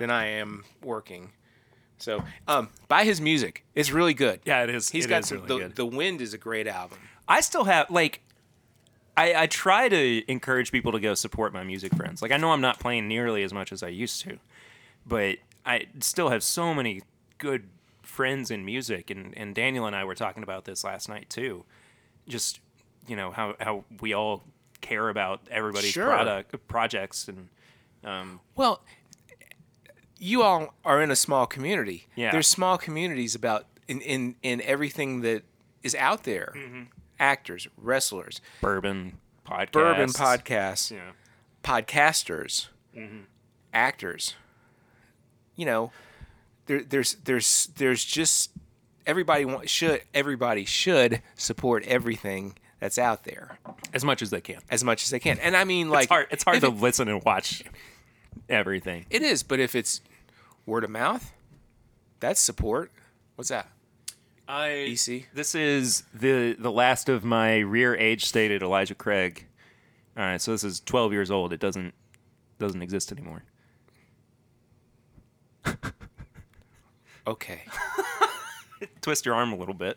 [SPEAKER 2] than I am working. So um, buy his music. It's really good.
[SPEAKER 1] Yeah, it is.
[SPEAKER 2] He's
[SPEAKER 1] It
[SPEAKER 2] got
[SPEAKER 1] is
[SPEAKER 2] some.
[SPEAKER 1] really
[SPEAKER 2] the,
[SPEAKER 1] good.
[SPEAKER 2] the Wind is a great album.
[SPEAKER 1] I still have like I, I try to encourage people to go support my music friends. Like I know I'm not playing nearly as much as I used to, but I still have so many good friends in music and, and Daniel and I were talking about this last night too. Just you know, how how we all care about everybody's
[SPEAKER 2] Sure.
[SPEAKER 1] product projects and
[SPEAKER 2] Well, you all are in a small community.
[SPEAKER 1] Yeah.
[SPEAKER 2] There's small communities about in in, in everything that is out there.
[SPEAKER 1] Mm-hmm.
[SPEAKER 2] Actors, wrestlers,
[SPEAKER 1] bourbon podcasts.
[SPEAKER 2] bourbon podcasts,
[SPEAKER 1] Yeah. Mm-hmm.
[SPEAKER 2] podcasters, actors. You know, there, there's there's there's just everybody wa- should everybody should support everything that's out there
[SPEAKER 1] As much as they can.
[SPEAKER 2] as much as they can. And I mean, like
[SPEAKER 1] It's hard it's hard
[SPEAKER 2] if
[SPEAKER 1] to
[SPEAKER 2] it-
[SPEAKER 1] listen and watch everything.
[SPEAKER 2] it is, but if it's word of mouth, that's support. What's that?
[SPEAKER 1] I
[SPEAKER 2] EC?
[SPEAKER 1] This is the the last of my rear age stated Elijah Craig. All right, so this is 12 years old. It doesn't doesn't exist anymore.
[SPEAKER 2] Okay,
[SPEAKER 1] Twist your arm a little bit.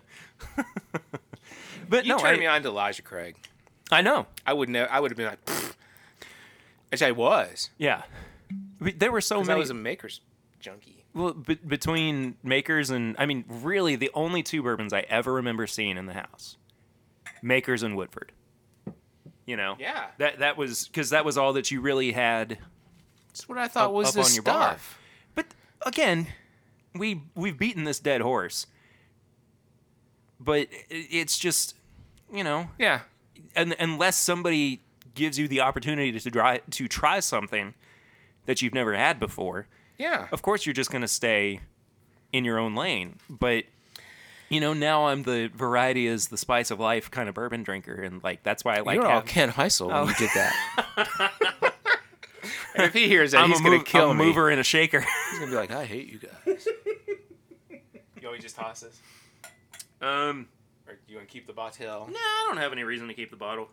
[SPEAKER 1] but
[SPEAKER 2] you
[SPEAKER 1] no,
[SPEAKER 2] turned me
[SPEAKER 1] I,
[SPEAKER 2] on to Elijah Craig.
[SPEAKER 1] I know.
[SPEAKER 2] I would know. I would have been like, "Pfft." which I was.
[SPEAKER 1] Yeah. But there were so
[SPEAKER 2] 'cause I
[SPEAKER 1] many
[SPEAKER 2] was a maker's junkie.
[SPEAKER 1] well, be- between Makers and I mean, really the only two bourbons I ever remember seeing in the house. Makers and Woodford. You know.
[SPEAKER 2] Yeah.
[SPEAKER 1] That that was cuz that was all that you really had
[SPEAKER 2] That's what I thought was
[SPEAKER 1] up
[SPEAKER 2] the
[SPEAKER 1] on your bar.
[SPEAKER 2] stuff.
[SPEAKER 1] But again, we we've beaten this dead horse. But i- it's just, you know,
[SPEAKER 2] Yeah.
[SPEAKER 1] un, unless somebody gives you the opportunity to try to try something that you've never had before,
[SPEAKER 2] Yeah.
[SPEAKER 1] of course you're just going to stay in your own lane. But you know, now I'm the variety is the spice of life kind of bourbon drinker, and like that's why I like.
[SPEAKER 2] You're all
[SPEAKER 1] having-
[SPEAKER 2] Ken Heisel when
[SPEAKER 1] Oh.
[SPEAKER 2] you did that. And if he hears that,
[SPEAKER 1] I'm
[SPEAKER 2] he's
[SPEAKER 1] a,
[SPEAKER 2] gonna
[SPEAKER 1] move-
[SPEAKER 2] kill
[SPEAKER 1] I'm a
[SPEAKER 2] me.
[SPEAKER 1] mover and a shaker.
[SPEAKER 2] He's gonna be like, "I hate you guys." you always just toss this,
[SPEAKER 1] um,
[SPEAKER 2] or you want to keep the bottle?
[SPEAKER 1] no, I don't have any reason to keep the bottle.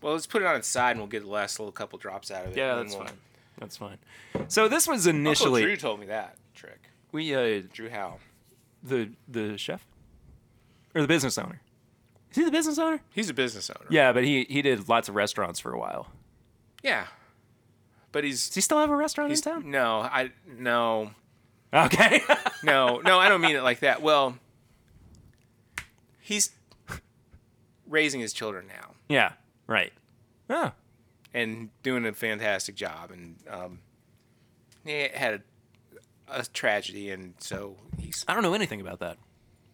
[SPEAKER 2] Well, let's put it on its side, and we'll get the last little couple drops out of it.
[SPEAKER 1] Yeah,
[SPEAKER 2] and then
[SPEAKER 1] that's
[SPEAKER 2] we'll-
[SPEAKER 1] fine. That's fine. So this was
[SPEAKER 2] Uncle
[SPEAKER 1] initially
[SPEAKER 2] Drew told me that trick.
[SPEAKER 1] we uh,
[SPEAKER 2] Drew Howell.
[SPEAKER 1] the the chef or the business owner. Is he the business owner?
[SPEAKER 2] He's a business owner.
[SPEAKER 1] Yeah, but he he did lots of restaurants for a while.
[SPEAKER 2] Yeah. But he's
[SPEAKER 1] Does he still have a restaurant
[SPEAKER 2] he's
[SPEAKER 1] in town?
[SPEAKER 2] no, I no.
[SPEAKER 1] Okay.
[SPEAKER 2] No, no, I don't mean it like that. Well, he's raising his children now.
[SPEAKER 1] yeah. Right. Oh.
[SPEAKER 2] and doing a fantastic job. And um, he had a, a tragedy, and so he's.
[SPEAKER 1] I don't know anything about that.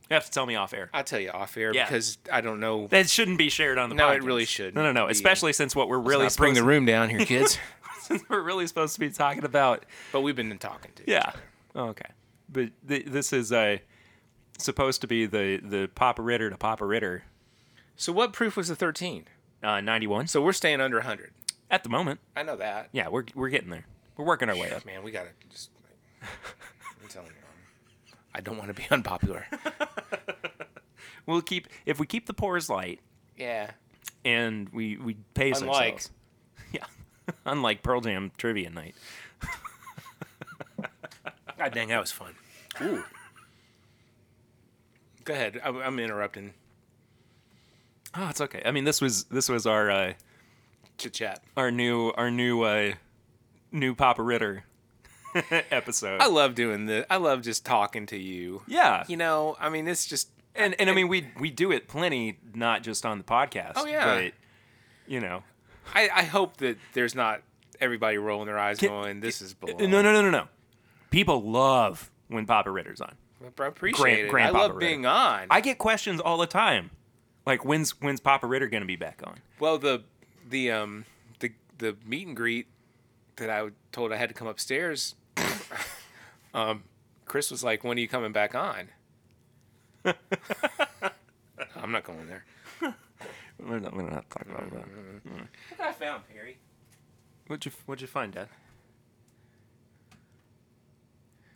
[SPEAKER 1] You have to tell me off air.
[SPEAKER 2] I'll tell you off air
[SPEAKER 1] Yeah.
[SPEAKER 2] because I don't know.
[SPEAKER 1] That shouldn't be shared on the
[SPEAKER 2] No, it
[SPEAKER 1] podcast.
[SPEAKER 2] really shouldn't
[SPEAKER 1] No, no, no.
[SPEAKER 2] be.
[SPEAKER 1] Especially since what we're really
[SPEAKER 2] Really
[SPEAKER 1] supposed
[SPEAKER 2] bring the room down here, kids.
[SPEAKER 1] since we're really supposed to be talking about
[SPEAKER 2] but we've been talking to.
[SPEAKER 1] Yeah. Oh, okay. But th- this is uh, supposed to be the the Papa Ritter to Papa Ritter.
[SPEAKER 2] So what proof was the thirteen?
[SPEAKER 1] Uh, 91. So
[SPEAKER 2] So we're staying under hundred.
[SPEAKER 1] at the moment,
[SPEAKER 2] I know that.
[SPEAKER 1] yeah, we're we're getting there. We're working our way up.
[SPEAKER 2] Man, we gotta just. Like, I'm telling you. um, I don't want to be unpopular.
[SPEAKER 1] We'll keep if we keep the pores light
[SPEAKER 2] Yeah.
[SPEAKER 1] and we we pace
[SPEAKER 2] Unlike-
[SPEAKER 1] ourselves. Yeah. Unlike Pearl Jam trivia night.
[SPEAKER 2] God dang, that was fun. Ooh. Go ahead. I'm, I'm interrupting.
[SPEAKER 1] Oh, it's okay. I mean, this was this was our uh,
[SPEAKER 2] Chit chat.
[SPEAKER 1] our new our new uh, new Papa Ritter episode.
[SPEAKER 2] I love doing this. I love just talking to you.
[SPEAKER 1] yeah.
[SPEAKER 2] Oh, You know, I mean, it's just
[SPEAKER 1] and and I mean we we do it plenty, not just on the podcast.
[SPEAKER 2] Oh, yeah.
[SPEAKER 1] but, you know.
[SPEAKER 2] I, I hope that there's not everybody rolling their eyes going, "This is below."
[SPEAKER 1] No, no, no, no, no. People love when Papa Ritter's on.
[SPEAKER 2] I appreciate
[SPEAKER 1] Grand-
[SPEAKER 2] it.
[SPEAKER 1] Grandpapa
[SPEAKER 2] I love
[SPEAKER 1] Ritter.
[SPEAKER 2] being on.
[SPEAKER 1] I get questions all the time, like when's when's Papa Ritter gonna be back on?
[SPEAKER 2] well, the the um the the meet and greet that I was told I had to come upstairs. um, Chris was like, "When are you coming back on?" I'm not going there.
[SPEAKER 1] We're not, we're not talking about that.
[SPEAKER 2] Look what I found, Perry.
[SPEAKER 1] What'd you What'd you find, Dad?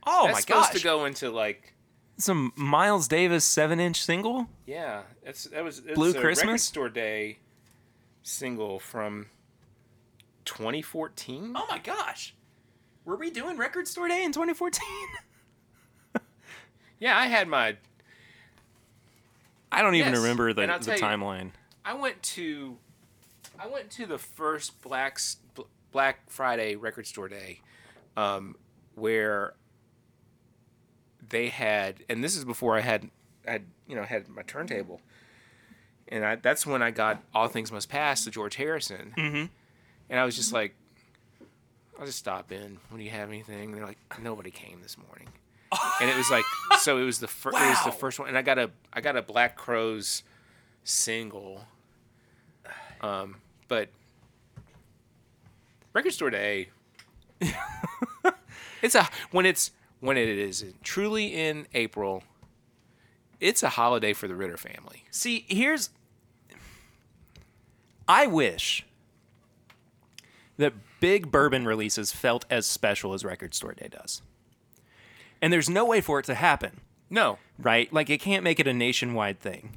[SPEAKER 1] Oh
[SPEAKER 2] That's
[SPEAKER 1] my
[SPEAKER 2] supposed
[SPEAKER 1] gosh!
[SPEAKER 2] to go into like.
[SPEAKER 1] Some Miles Davis seven inch single.
[SPEAKER 2] Yeah, that's that was it's
[SPEAKER 1] Blue
[SPEAKER 2] a record
[SPEAKER 1] Christmas?
[SPEAKER 2] store day single from 2014.
[SPEAKER 1] Oh. my gosh! Were we doing Record Store Day in 2014?
[SPEAKER 2] Yeah, I had my.
[SPEAKER 1] I don't even
[SPEAKER 2] Yes,
[SPEAKER 1] remember the,
[SPEAKER 2] and I'll
[SPEAKER 1] the
[SPEAKER 2] tell you-
[SPEAKER 1] timeline.
[SPEAKER 2] I went to. I went to the first Black Black Friday record store day, um, where they had, and this is before I had, I had, you know had my turntable, and I, that's when I got All Things Must Pass, the George Harrison, mm-hmm. and I was just like, I'll just stop in. When do you have anything? And they're like, nobody came this morning, and it was like, so it was the first, it was the
[SPEAKER 1] Wow.
[SPEAKER 2] first one, and I got a, I got a Black Crowes single, um, but record store day it's a when it's when it is truly in April. It's a holiday for the Ritter family.
[SPEAKER 1] See, here's. I wish that big bourbon releases felt as special as Record Store Day does. And there's no way for it to happen,
[SPEAKER 2] No,
[SPEAKER 1] right? Like, it can't make it a nationwide thing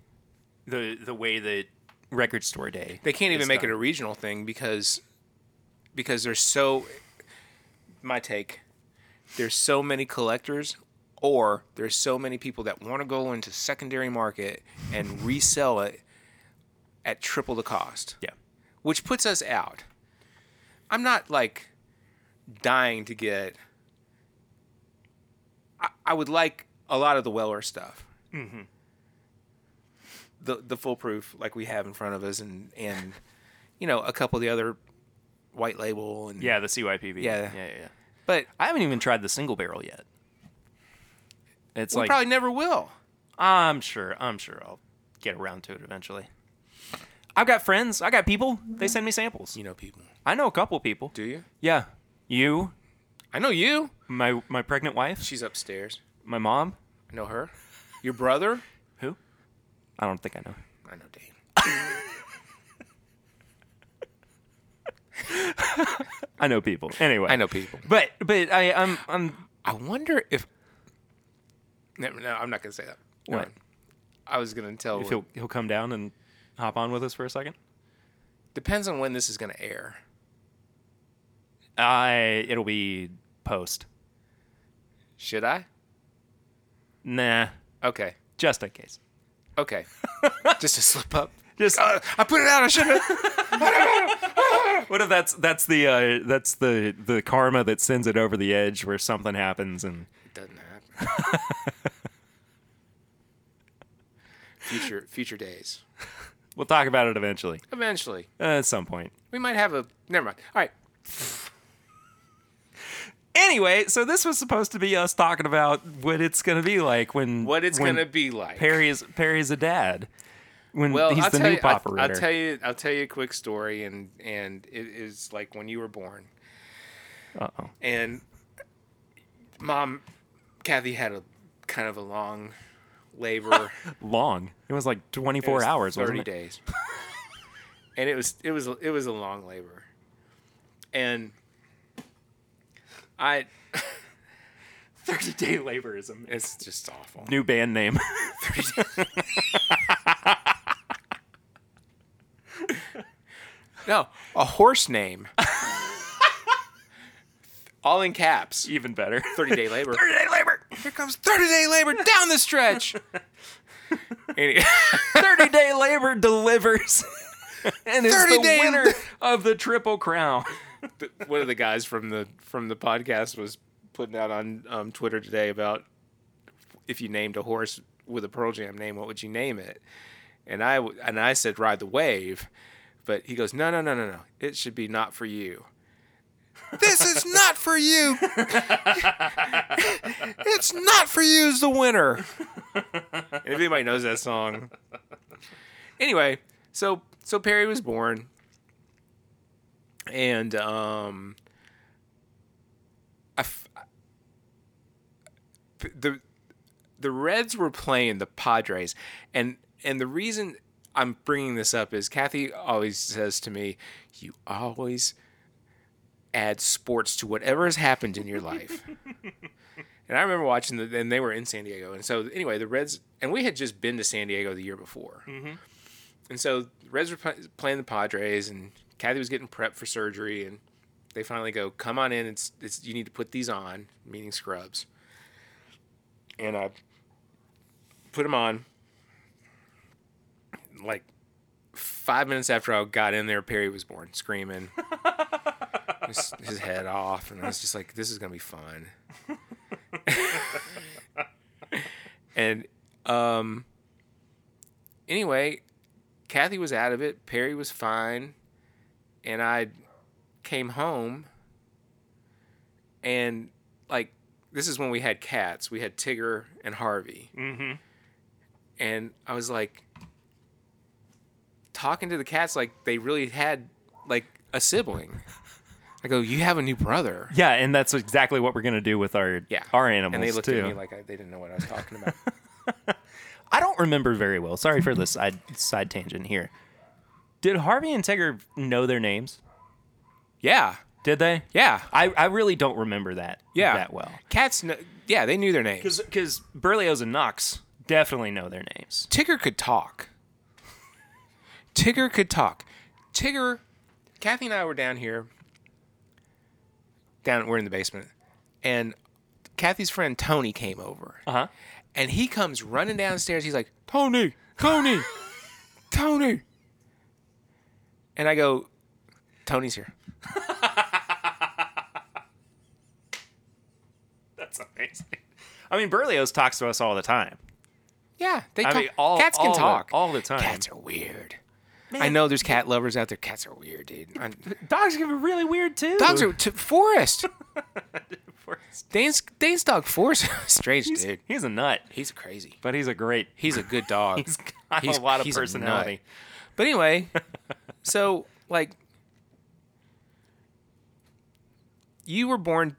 [SPEAKER 1] the, the way that Record Store Day.
[SPEAKER 2] they can't even
[SPEAKER 1] is
[SPEAKER 2] make
[SPEAKER 1] done.
[SPEAKER 2] it a regional thing because because there's so my take. There's so many collectors or there's so many people that want to go into secondary market and resell it at triple the cost.
[SPEAKER 1] Yeah.
[SPEAKER 2] which puts us out. I'm not like dying to get. I, I would like a lot of the Weller stuff. Mm-hmm. The the foolproof like we have in front of us, and and you know a couple of the other white label and
[SPEAKER 1] Yeah, the CYPB.
[SPEAKER 2] Yeah.
[SPEAKER 1] Yeah, yeah, yeah.
[SPEAKER 2] But
[SPEAKER 1] I haven't even tried the single barrel yet. It's
[SPEAKER 2] we
[SPEAKER 1] like
[SPEAKER 2] probably never will.
[SPEAKER 1] I'm sure. I'm sure I'll get around to it eventually. I've got friends. I got people. They send me samples.
[SPEAKER 2] You know people.
[SPEAKER 1] I know a couple people.
[SPEAKER 2] Do you?
[SPEAKER 1] Yeah, you,
[SPEAKER 2] I know you.
[SPEAKER 1] my my pregnant wife,
[SPEAKER 2] She's upstairs.
[SPEAKER 1] my mom.
[SPEAKER 2] I know her. Your brother.
[SPEAKER 1] Who? I don't think I know.
[SPEAKER 2] I know Dane.
[SPEAKER 1] I know people. Anyway,
[SPEAKER 2] I know people.
[SPEAKER 1] But but I I'm I'm
[SPEAKER 2] I wonder if. No, no, I'm not gonna say that. No,
[SPEAKER 1] What?
[SPEAKER 2] I was gonna tell.
[SPEAKER 1] if he'll he'll come down and hop on with us for a second.
[SPEAKER 2] Depends on when this is gonna air.
[SPEAKER 1] I it'll be post.
[SPEAKER 2] Should I?
[SPEAKER 1] Nah,
[SPEAKER 2] Okay.
[SPEAKER 1] just in case.
[SPEAKER 2] Okay. Just a slip up.
[SPEAKER 1] Just
[SPEAKER 2] Uh, I put it out. I should have.
[SPEAKER 1] What if that's that's the uh, that's the the karma that sends it over the edge where something happens and
[SPEAKER 2] Doesn't happen. future future days.
[SPEAKER 1] we'll talk about it eventually
[SPEAKER 2] Eventually,
[SPEAKER 1] uh, at some point.
[SPEAKER 2] we might have a. Never mind. All right.
[SPEAKER 1] Anyway, so this was supposed to be us talking about what it's gonna be like when
[SPEAKER 2] What it's
[SPEAKER 1] when
[SPEAKER 2] gonna be like.
[SPEAKER 1] Perry is Perry is a dad when
[SPEAKER 2] well,
[SPEAKER 1] he's
[SPEAKER 2] I'll
[SPEAKER 1] the
[SPEAKER 2] tell
[SPEAKER 1] new
[SPEAKER 2] you,
[SPEAKER 1] Papa
[SPEAKER 2] I'll, I'll
[SPEAKER 1] Ritter.
[SPEAKER 2] tell you. I'll tell you a quick story, and and it is like when you were born.
[SPEAKER 1] Uh-oh.
[SPEAKER 2] and mom kathy had a kind of a long labor
[SPEAKER 1] Long. It was like twenty
[SPEAKER 2] It
[SPEAKER 1] four
[SPEAKER 2] was
[SPEAKER 1] hours.
[SPEAKER 2] 30
[SPEAKER 1] wasn't it?
[SPEAKER 2] days and it was it was it was a long labor and i
[SPEAKER 1] Thirty day labor is amazing.
[SPEAKER 2] it's just awful
[SPEAKER 1] New band name.
[SPEAKER 2] no a horse name all in caps
[SPEAKER 1] Even better.
[SPEAKER 2] 30 day labor
[SPEAKER 1] Thirty day labor.
[SPEAKER 2] here comes 30 day labor down the stretch Any-
[SPEAKER 1] 30 day labor delivers and is
[SPEAKER 2] 30
[SPEAKER 1] the
[SPEAKER 2] day-
[SPEAKER 1] winner of the triple crown
[SPEAKER 2] th- one of the guys from the from the podcast was putting out on um, Twitter today about if you named a horse with a Pearl Jam name, what would you name it? And I w- and I said ride the wave, but he goes no no no no no it should be not for you. this is not for you. it's not for you is the winner. And if anybody knows that song. Anyway, so so Perry was born and um I f- the the Reds were playing the Padres and and the reason I'm bringing this up is Kathy always says to me you always add sports to whatever has happened in your life. and I remember watching the, and they were in San Diego and so anyway the Reds and we had just been to San Diego the year before. And so the Reds were pl- playing the Padres, and Kathy was getting prepped for surgery, and they finally go, "Come on in. It's it's you need to put these on," meaning scrubs. And I put them on. Like five minutes after I got in there, Perry was born, screaming, his, his head off, and I was just like, "This is gonna be fun." and um, anyway, Kathy was out of it. Perry was fine, and I came home, and like this is when we had cats. We had Tigger and Harvey,
[SPEAKER 1] Mm-hmm.
[SPEAKER 2] and I was like talking to the cats like they really had like a sibling. I go, "You have a new brother."
[SPEAKER 1] Yeah, and that's exactly what we're gonna do with our
[SPEAKER 2] Yeah,
[SPEAKER 1] our animals
[SPEAKER 2] And they looked
[SPEAKER 1] too.
[SPEAKER 2] at me like I, they didn't know what I was talking about.
[SPEAKER 1] I don't remember very well. Sorry for the side side tangent here. Did Harvey and Tigger know their names?
[SPEAKER 2] yeah,
[SPEAKER 1] Did they?
[SPEAKER 2] yeah,
[SPEAKER 1] I, I really don't remember that
[SPEAKER 2] yeah.
[SPEAKER 1] that well.
[SPEAKER 2] Cats, kn- yeah, they knew their names.
[SPEAKER 1] Because Berlioz and Knox definitely know their names.
[SPEAKER 2] Tigger could talk. Tigger could talk. Tigger, Kathy and I were down here. Down, we're in the basement, and Kathy's friend Tony came over,
[SPEAKER 1] Uh huh.
[SPEAKER 2] and he comes running downstairs. He's like, "Tony, Tony, Tony," and I go, "Tony's here."
[SPEAKER 1] That's amazing. I mean, Berlioz talks to us all the time.
[SPEAKER 2] Yeah, they
[SPEAKER 1] I
[SPEAKER 2] talk.
[SPEAKER 1] mean, all
[SPEAKER 2] cats can
[SPEAKER 1] all the-
[SPEAKER 2] talk
[SPEAKER 1] all the time.
[SPEAKER 2] Cats are weird. I know there's cat lovers out there. Cats are weird, dude. I'm-
[SPEAKER 1] Dogs can be really weird too.
[SPEAKER 2] dogs are t- Forrest.
[SPEAKER 1] Forrest.
[SPEAKER 2] Dane's Dane's dog Forrest. Strange
[SPEAKER 1] He's,
[SPEAKER 2] dude.
[SPEAKER 1] he's a nut,
[SPEAKER 2] He's crazy.
[SPEAKER 1] but he's a great.
[SPEAKER 2] He's a good dog.
[SPEAKER 1] He's got
[SPEAKER 2] He's-
[SPEAKER 1] a lot of
[SPEAKER 2] he's a nut.
[SPEAKER 1] personality.
[SPEAKER 2] but anyway, so like, you were born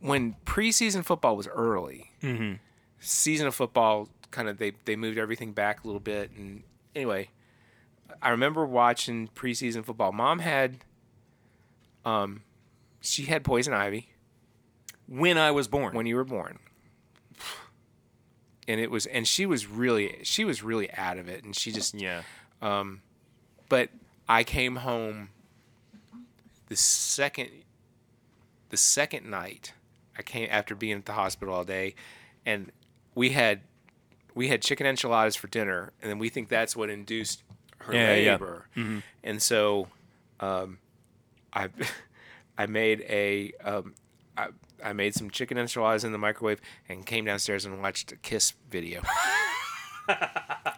[SPEAKER 2] when preseason football was early. Mm-hmm. Season of football, kind of they they moved everything back a little bit, and anyway, I remember watching preseason football. Mom had, um, she had poison ivy.
[SPEAKER 1] When I was born,
[SPEAKER 2] when you were born. And it was, and she was really, she was really out of it, and she just,
[SPEAKER 1] yeah,
[SPEAKER 2] but I came home the second, the second night. I came after being at the hospital all day, and we had, we had chicken enchiladas for dinner, and then we think that's what induced her
[SPEAKER 1] Yeah, yeah. Mm-hmm.
[SPEAKER 2] labor, and so, um, I, I made a, um, I, I made some chicken enchiladas in the microwave and came downstairs and watched a Kiss video.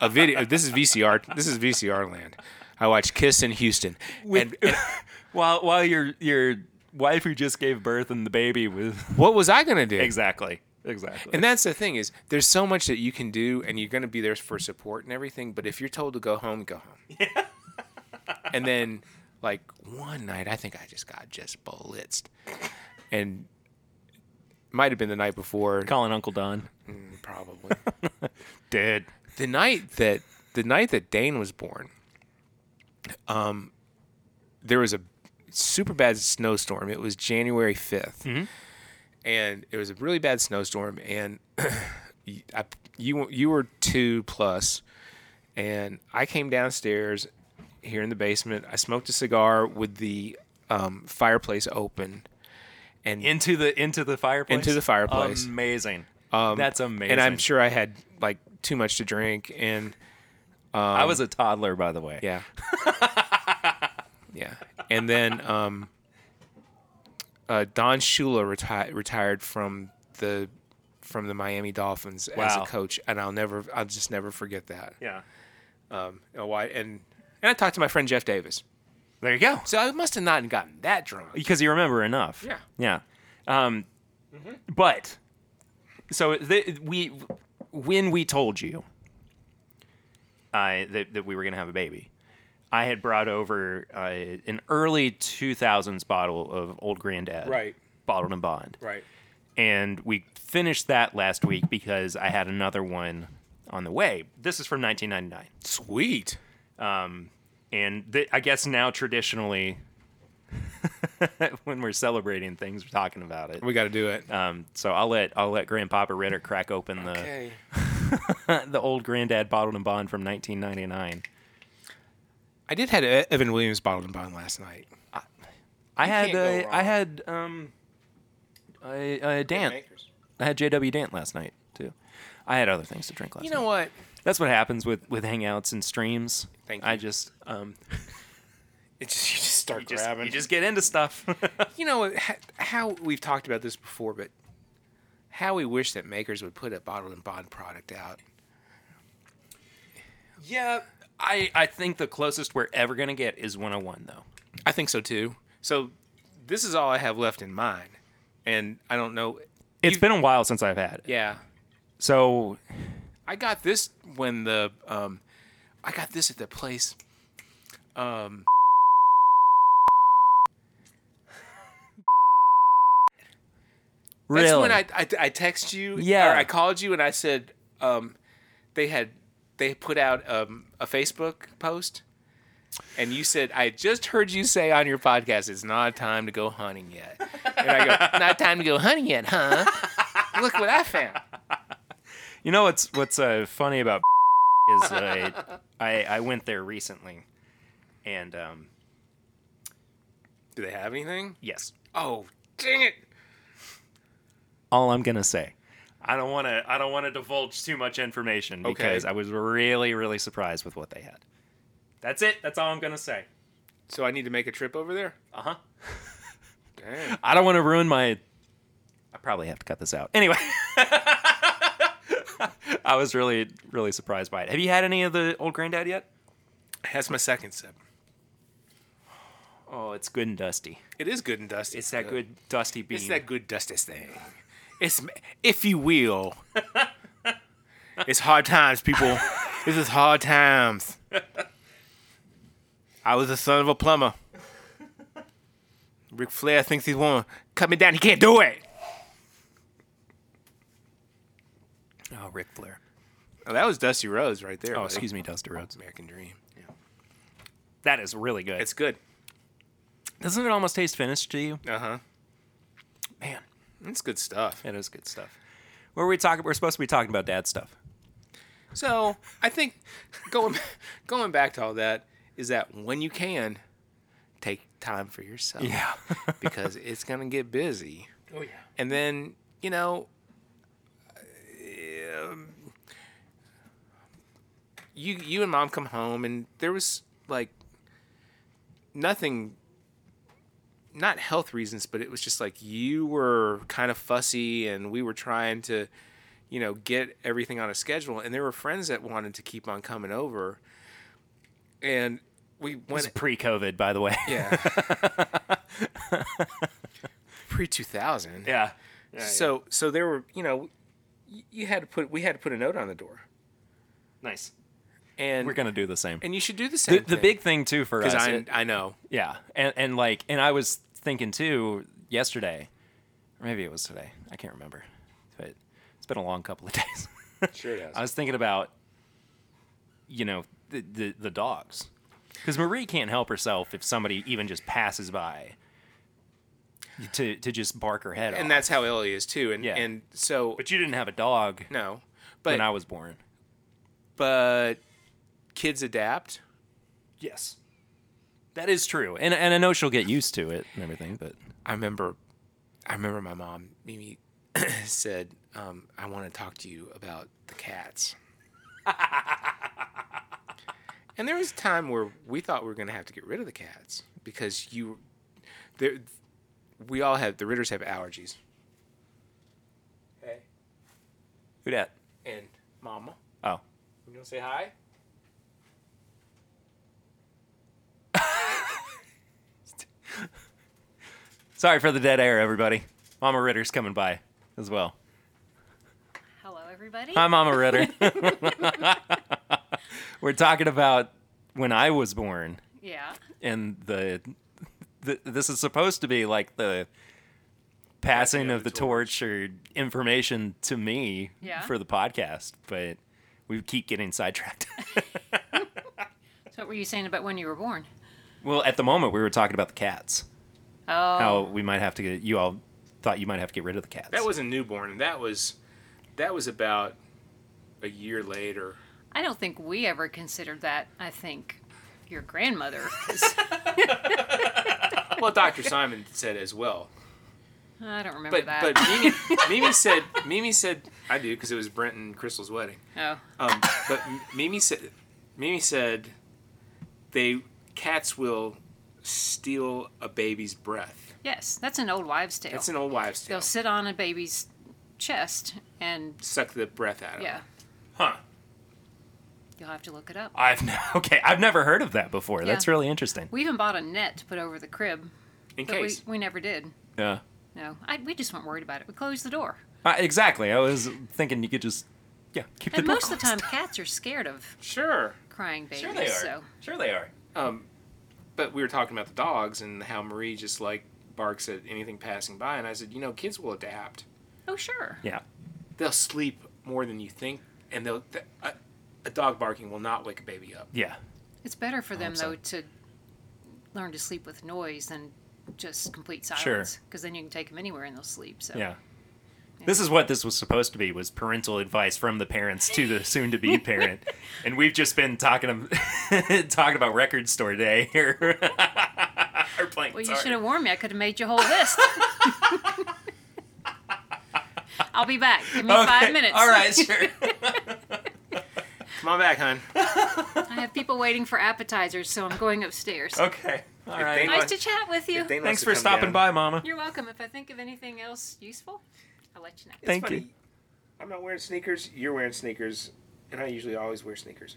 [SPEAKER 2] a video. This is VCR. This is VCR land. I watched Kiss in Houston. and, and
[SPEAKER 1] while while your your wife who just gave birth and the baby was
[SPEAKER 2] what was I gonna do?
[SPEAKER 1] exactly exactly
[SPEAKER 2] And that's the thing is, there's so much that you can do, and you're gonna be there for support and everything. But if you're told to go home, go home. and then, like one night, I think I just got just blitzed, and might have been the night before,
[SPEAKER 1] calling Uncle Don
[SPEAKER 2] probably.
[SPEAKER 1] dead.
[SPEAKER 2] the night that the night that Dane was born, um, there was a super bad snowstorm. It was January 5th
[SPEAKER 1] Mm-hmm.
[SPEAKER 2] and it was a really bad snowstorm. And you- I, you you were two plus, and I came downstairs here in the basement. I smoked a cigar with the um, fireplace open, and
[SPEAKER 1] into the into the fireplace
[SPEAKER 2] Into the fireplace.
[SPEAKER 1] amazing
[SPEAKER 2] um,
[SPEAKER 1] that's amazing
[SPEAKER 2] And I'm sure I had like too much to drink and.
[SPEAKER 1] i was a toddler by the way
[SPEAKER 2] Yeah. yeah. And then um, uh, Don Shula reti- retired from the from the Miami Dolphins as
[SPEAKER 1] Wow.
[SPEAKER 2] a coach, and I'll never, I'll just never forget that.
[SPEAKER 1] yeah
[SPEAKER 2] Um, and why? And and I talked to my friend Jeff Davis,
[SPEAKER 1] there you go
[SPEAKER 2] so I must have not gotten that drunk.
[SPEAKER 1] because you remember enough
[SPEAKER 2] Yeah.
[SPEAKER 1] yeah um but so th- we when we told you I that, that we were gonna have a baby i had brought over uh, an early 2000s bottle of old granddad
[SPEAKER 2] Right.
[SPEAKER 1] bottled and bond
[SPEAKER 2] Right.
[SPEAKER 1] and we finished that last week because I had another one on the way. This is from 1999,
[SPEAKER 2] Sweet.
[SPEAKER 1] and th- I guess now traditionally, when we're celebrating things, we're talking about it.
[SPEAKER 2] We got to do it.
[SPEAKER 1] Um, so I'll let I'll let Grandpapa Ritter crack open the the old Granddad bottled and bond from 1999.
[SPEAKER 2] I did had E- Evan Williams bottled and bond last night.
[SPEAKER 1] I had
[SPEAKER 2] can't go
[SPEAKER 1] uh, I
[SPEAKER 2] wrong.
[SPEAKER 1] had um, I, uh, Dant. I had J.W. Dant last night too. I had other things to drink last
[SPEAKER 2] You
[SPEAKER 1] night.
[SPEAKER 2] know what?
[SPEAKER 1] That's what happens with with hangouts and streams.
[SPEAKER 2] Thank
[SPEAKER 1] I
[SPEAKER 2] you.
[SPEAKER 1] just um
[SPEAKER 2] It's just you just start
[SPEAKER 1] you just,
[SPEAKER 2] grabbing.
[SPEAKER 1] you just get into stuff.
[SPEAKER 2] you know h- how we've talked about this before, but how we wish that makers would put a bottled and bond product out.
[SPEAKER 1] yeah, I I think the closest we're ever gonna get is 101 though.
[SPEAKER 2] I think so too. So this is all I have left in mind, and I don't know.
[SPEAKER 1] It's been a while since I've had it.
[SPEAKER 2] Yeah,
[SPEAKER 1] So
[SPEAKER 2] I got this when the um, I got this at the place. Um,
[SPEAKER 1] really,
[SPEAKER 2] That's when I, I I text you.
[SPEAKER 1] Yeah.
[SPEAKER 2] Or I called you and I said, um, they had they put out um, a Facebook post, and you said I just heard you say on your podcast it's not time to go hunting yet. And I go, not time to go hunting yet, huh? Look what I found.
[SPEAKER 1] you know what's what's uh, funny about is uh, I I went there recently, and um
[SPEAKER 2] Do they have anything?
[SPEAKER 1] yes,
[SPEAKER 2] Oh, dang it!
[SPEAKER 1] all I'm gonna say. I don't want to. I don't want to divulge too much information
[SPEAKER 2] Okay.
[SPEAKER 1] because I was really, really surprised with what they had. That's it. That's all I'm gonna say.
[SPEAKER 2] So I need to make a trip over there. Uh-huh.
[SPEAKER 1] Uh huh.
[SPEAKER 2] Dang.
[SPEAKER 1] I don't want to ruin my. I probably have to cut this out. Anyway, I was really, really surprised by it. Have you had any of the old granddad yet?
[SPEAKER 2] That's my second sip.
[SPEAKER 1] Oh, it's good and dusty.
[SPEAKER 2] It is good and dusty. Uh,
[SPEAKER 1] It's that good dusty bean.
[SPEAKER 2] It's that good dustus thing. It's, if you will, it's hard times, people. This is hard times. I was the son of a plumber. Ric Flair thinks he's gonna cut me down. He can't do it.
[SPEAKER 1] oh, Ric Flair.
[SPEAKER 2] Oh, that was Dusty Rose right there.
[SPEAKER 1] Oh, excuse me, Dusty Rhodes.
[SPEAKER 2] American Dream.
[SPEAKER 1] That is really good.
[SPEAKER 2] It's good.
[SPEAKER 1] doesn't it almost taste finished to you?
[SPEAKER 2] Uh huh.
[SPEAKER 1] Man,
[SPEAKER 2] It's good stuff.
[SPEAKER 1] that is good stuff. Where we talking? We're supposed to be talking about dad stuff.
[SPEAKER 2] So I think going going back to all that is that when you can, take time for yourself.
[SPEAKER 1] Yeah.
[SPEAKER 2] because it's gonna get busy.
[SPEAKER 1] oh yeah.
[SPEAKER 2] And then, you know, um, you you and mom come home, and there was like nothing, not health reasons, but it was just like you were kind of fussy, and we were trying to, you know, get everything on a schedule. And there were friends that wanted to keep on coming over, and we
[SPEAKER 1] This
[SPEAKER 2] went
[SPEAKER 1] is pre-COVID, by the way.
[SPEAKER 2] yeah pre two thousand.
[SPEAKER 1] yeah.
[SPEAKER 2] So so there were you know, y- you had to put we had to put a note on the door,
[SPEAKER 1] nice.
[SPEAKER 2] and
[SPEAKER 1] We're gonna do the same.
[SPEAKER 2] and you should do the same.
[SPEAKER 1] The, the big thing too for us.
[SPEAKER 2] because I
[SPEAKER 1] it-
[SPEAKER 2] I know
[SPEAKER 1] Yeah, and and like, and I was thinking too yesterday, or maybe it was today. I can't remember, but it's been a long couple of days.
[SPEAKER 2] sure does.
[SPEAKER 1] I was thinking about, you know, the the, the dogs, because Marie can't help herself if somebody even just passes by. To to just bark her head off.
[SPEAKER 2] and that's how Ellie is too, and
[SPEAKER 1] Yeah.
[SPEAKER 2] and so
[SPEAKER 1] but you didn't have a dog
[SPEAKER 2] no,
[SPEAKER 1] when
[SPEAKER 2] but
[SPEAKER 1] I was born.
[SPEAKER 2] but kids adapt.
[SPEAKER 1] Yes. That is true, and and I know she'll get used to it and everything, but
[SPEAKER 2] I remember, I remember my mom Mimi said, um, "I want to talk to you about the cats." and there was a time where we thought we were going to have to get rid of the cats because you, there, we all have the Ritters have allergies. Hey,
[SPEAKER 1] who dat?
[SPEAKER 2] and Mama,
[SPEAKER 1] Oh,
[SPEAKER 2] you gonna say hi?
[SPEAKER 1] Sorry for the dead air, everybody. Mama Ritter's coming by as well.
[SPEAKER 3] Hello, everybody.
[SPEAKER 1] Hi, Mama Ritter. We're talking about when I was born,
[SPEAKER 3] yeah.
[SPEAKER 1] and the, the this is supposed to be like the passing
[SPEAKER 2] Yeah,
[SPEAKER 1] of the
[SPEAKER 2] the
[SPEAKER 1] torch or information to me
[SPEAKER 3] Yeah.
[SPEAKER 1] for the podcast, but we keep getting sidetracked.
[SPEAKER 3] So, what were you saying about when you were born?
[SPEAKER 1] well, at the moment, we were talking about the cats.
[SPEAKER 3] Oh,
[SPEAKER 1] How we might have to get you all thought you might have to get rid of the cats.
[SPEAKER 2] That was a newborn, and that was, that was about a year later.
[SPEAKER 3] I don't think we ever considered that. I think your grandmother.
[SPEAKER 2] Well, Dr. Simon said as well.
[SPEAKER 3] I don't remember
[SPEAKER 2] But
[SPEAKER 3] that.
[SPEAKER 2] but Mimi, Mimi said Mimi said I do because it was Brent and Crystal's wedding.
[SPEAKER 3] oh,
[SPEAKER 2] Um, but M- Mimi said, Mimi said, they cats will steal a baby's breath.
[SPEAKER 3] yes, that's an old wives' tale.
[SPEAKER 2] That's an old wives' tale.
[SPEAKER 3] They'll sit on a baby's chest, and
[SPEAKER 2] Suck the breath out of.
[SPEAKER 3] yeah,
[SPEAKER 1] Huh.
[SPEAKER 3] you'll have to look it up.
[SPEAKER 1] I've ne- okay. I've never heard of that before. That's
[SPEAKER 3] Yeah.
[SPEAKER 1] really interesting.
[SPEAKER 3] We even bought a net to put over the crib,
[SPEAKER 2] Them, in
[SPEAKER 3] but
[SPEAKER 2] case.
[SPEAKER 3] we, we never did.
[SPEAKER 1] Yeah.
[SPEAKER 3] No, I, we just weren't worried about it. We closed the door.
[SPEAKER 1] Uh, exactly. I was thinking you could just yeah keep
[SPEAKER 3] And
[SPEAKER 1] the door
[SPEAKER 3] most of the time,
[SPEAKER 1] closed.
[SPEAKER 3] cats are scared of
[SPEAKER 2] Sure.
[SPEAKER 3] crying babies.
[SPEAKER 1] Sure they are.
[SPEAKER 3] So
[SPEAKER 1] Sure they are.
[SPEAKER 2] Um, but we were talking about the dogs and how Marie just like barks at anything passing by, and I said, you know, kids will adapt.
[SPEAKER 3] oh sure,
[SPEAKER 1] Yeah.
[SPEAKER 2] They'll sleep more than you think, and they'll. Th- a, a dog barking will not wake a baby up.
[SPEAKER 1] Yeah.
[SPEAKER 3] it's better for them
[SPEAKER 2] hope so.
[SPEAKER 3] though to learn to sleep with noise than just complete silence. Because then you can take them anywhere and they'll sleep. So
[SPEAKER 1] Yeah. This is what this was supposed to be was parental advice from the parents to the soon to be parent. and we've just been talking talking about record store day here. or playing
[SPEAKER 3] Well, you
[SPEAKER 1] guitar.
[SPEAKER 3] should have warned me. I could have made you a whole list. I'll be back. Give me five
[SPEAKER 1] Okay,
[SPEAKER 3] minutes.
[SPEAKER 1] All right, sure.
[SPEAKER 2] Come on back, hon.
[SPEAKER 3] I have people waiting for appetizers, so I'm going upstairs.
[SPEAKER 1] okay. All
[SPEAKER 2] If
[SPEAKER 1] right.
[SPEAKER 2] they
[SPEAKER 3] Nice to chat with you.
[SPEAKER 2] If Dane wants
[SPEAKER 1] Thanks
[SPEAKER 2] to
[SPEAKER 1] for
[SPEAKER 2] come
[SPEAKER 1] stopping
[SPEAKER 2] down-
[SPEAKER 1] by, Mama.
[SPEAKER 3] You're welcome. If I think of anything else useful, I'll let you know.
[SPEAKER 1] Thank
[SPEAKER 2] funny.
[SPEAKER 1] you.
[SPEAKER 2] I'm not wearing sneakers. You're wearing sneakers, and I usually always wear sneakers.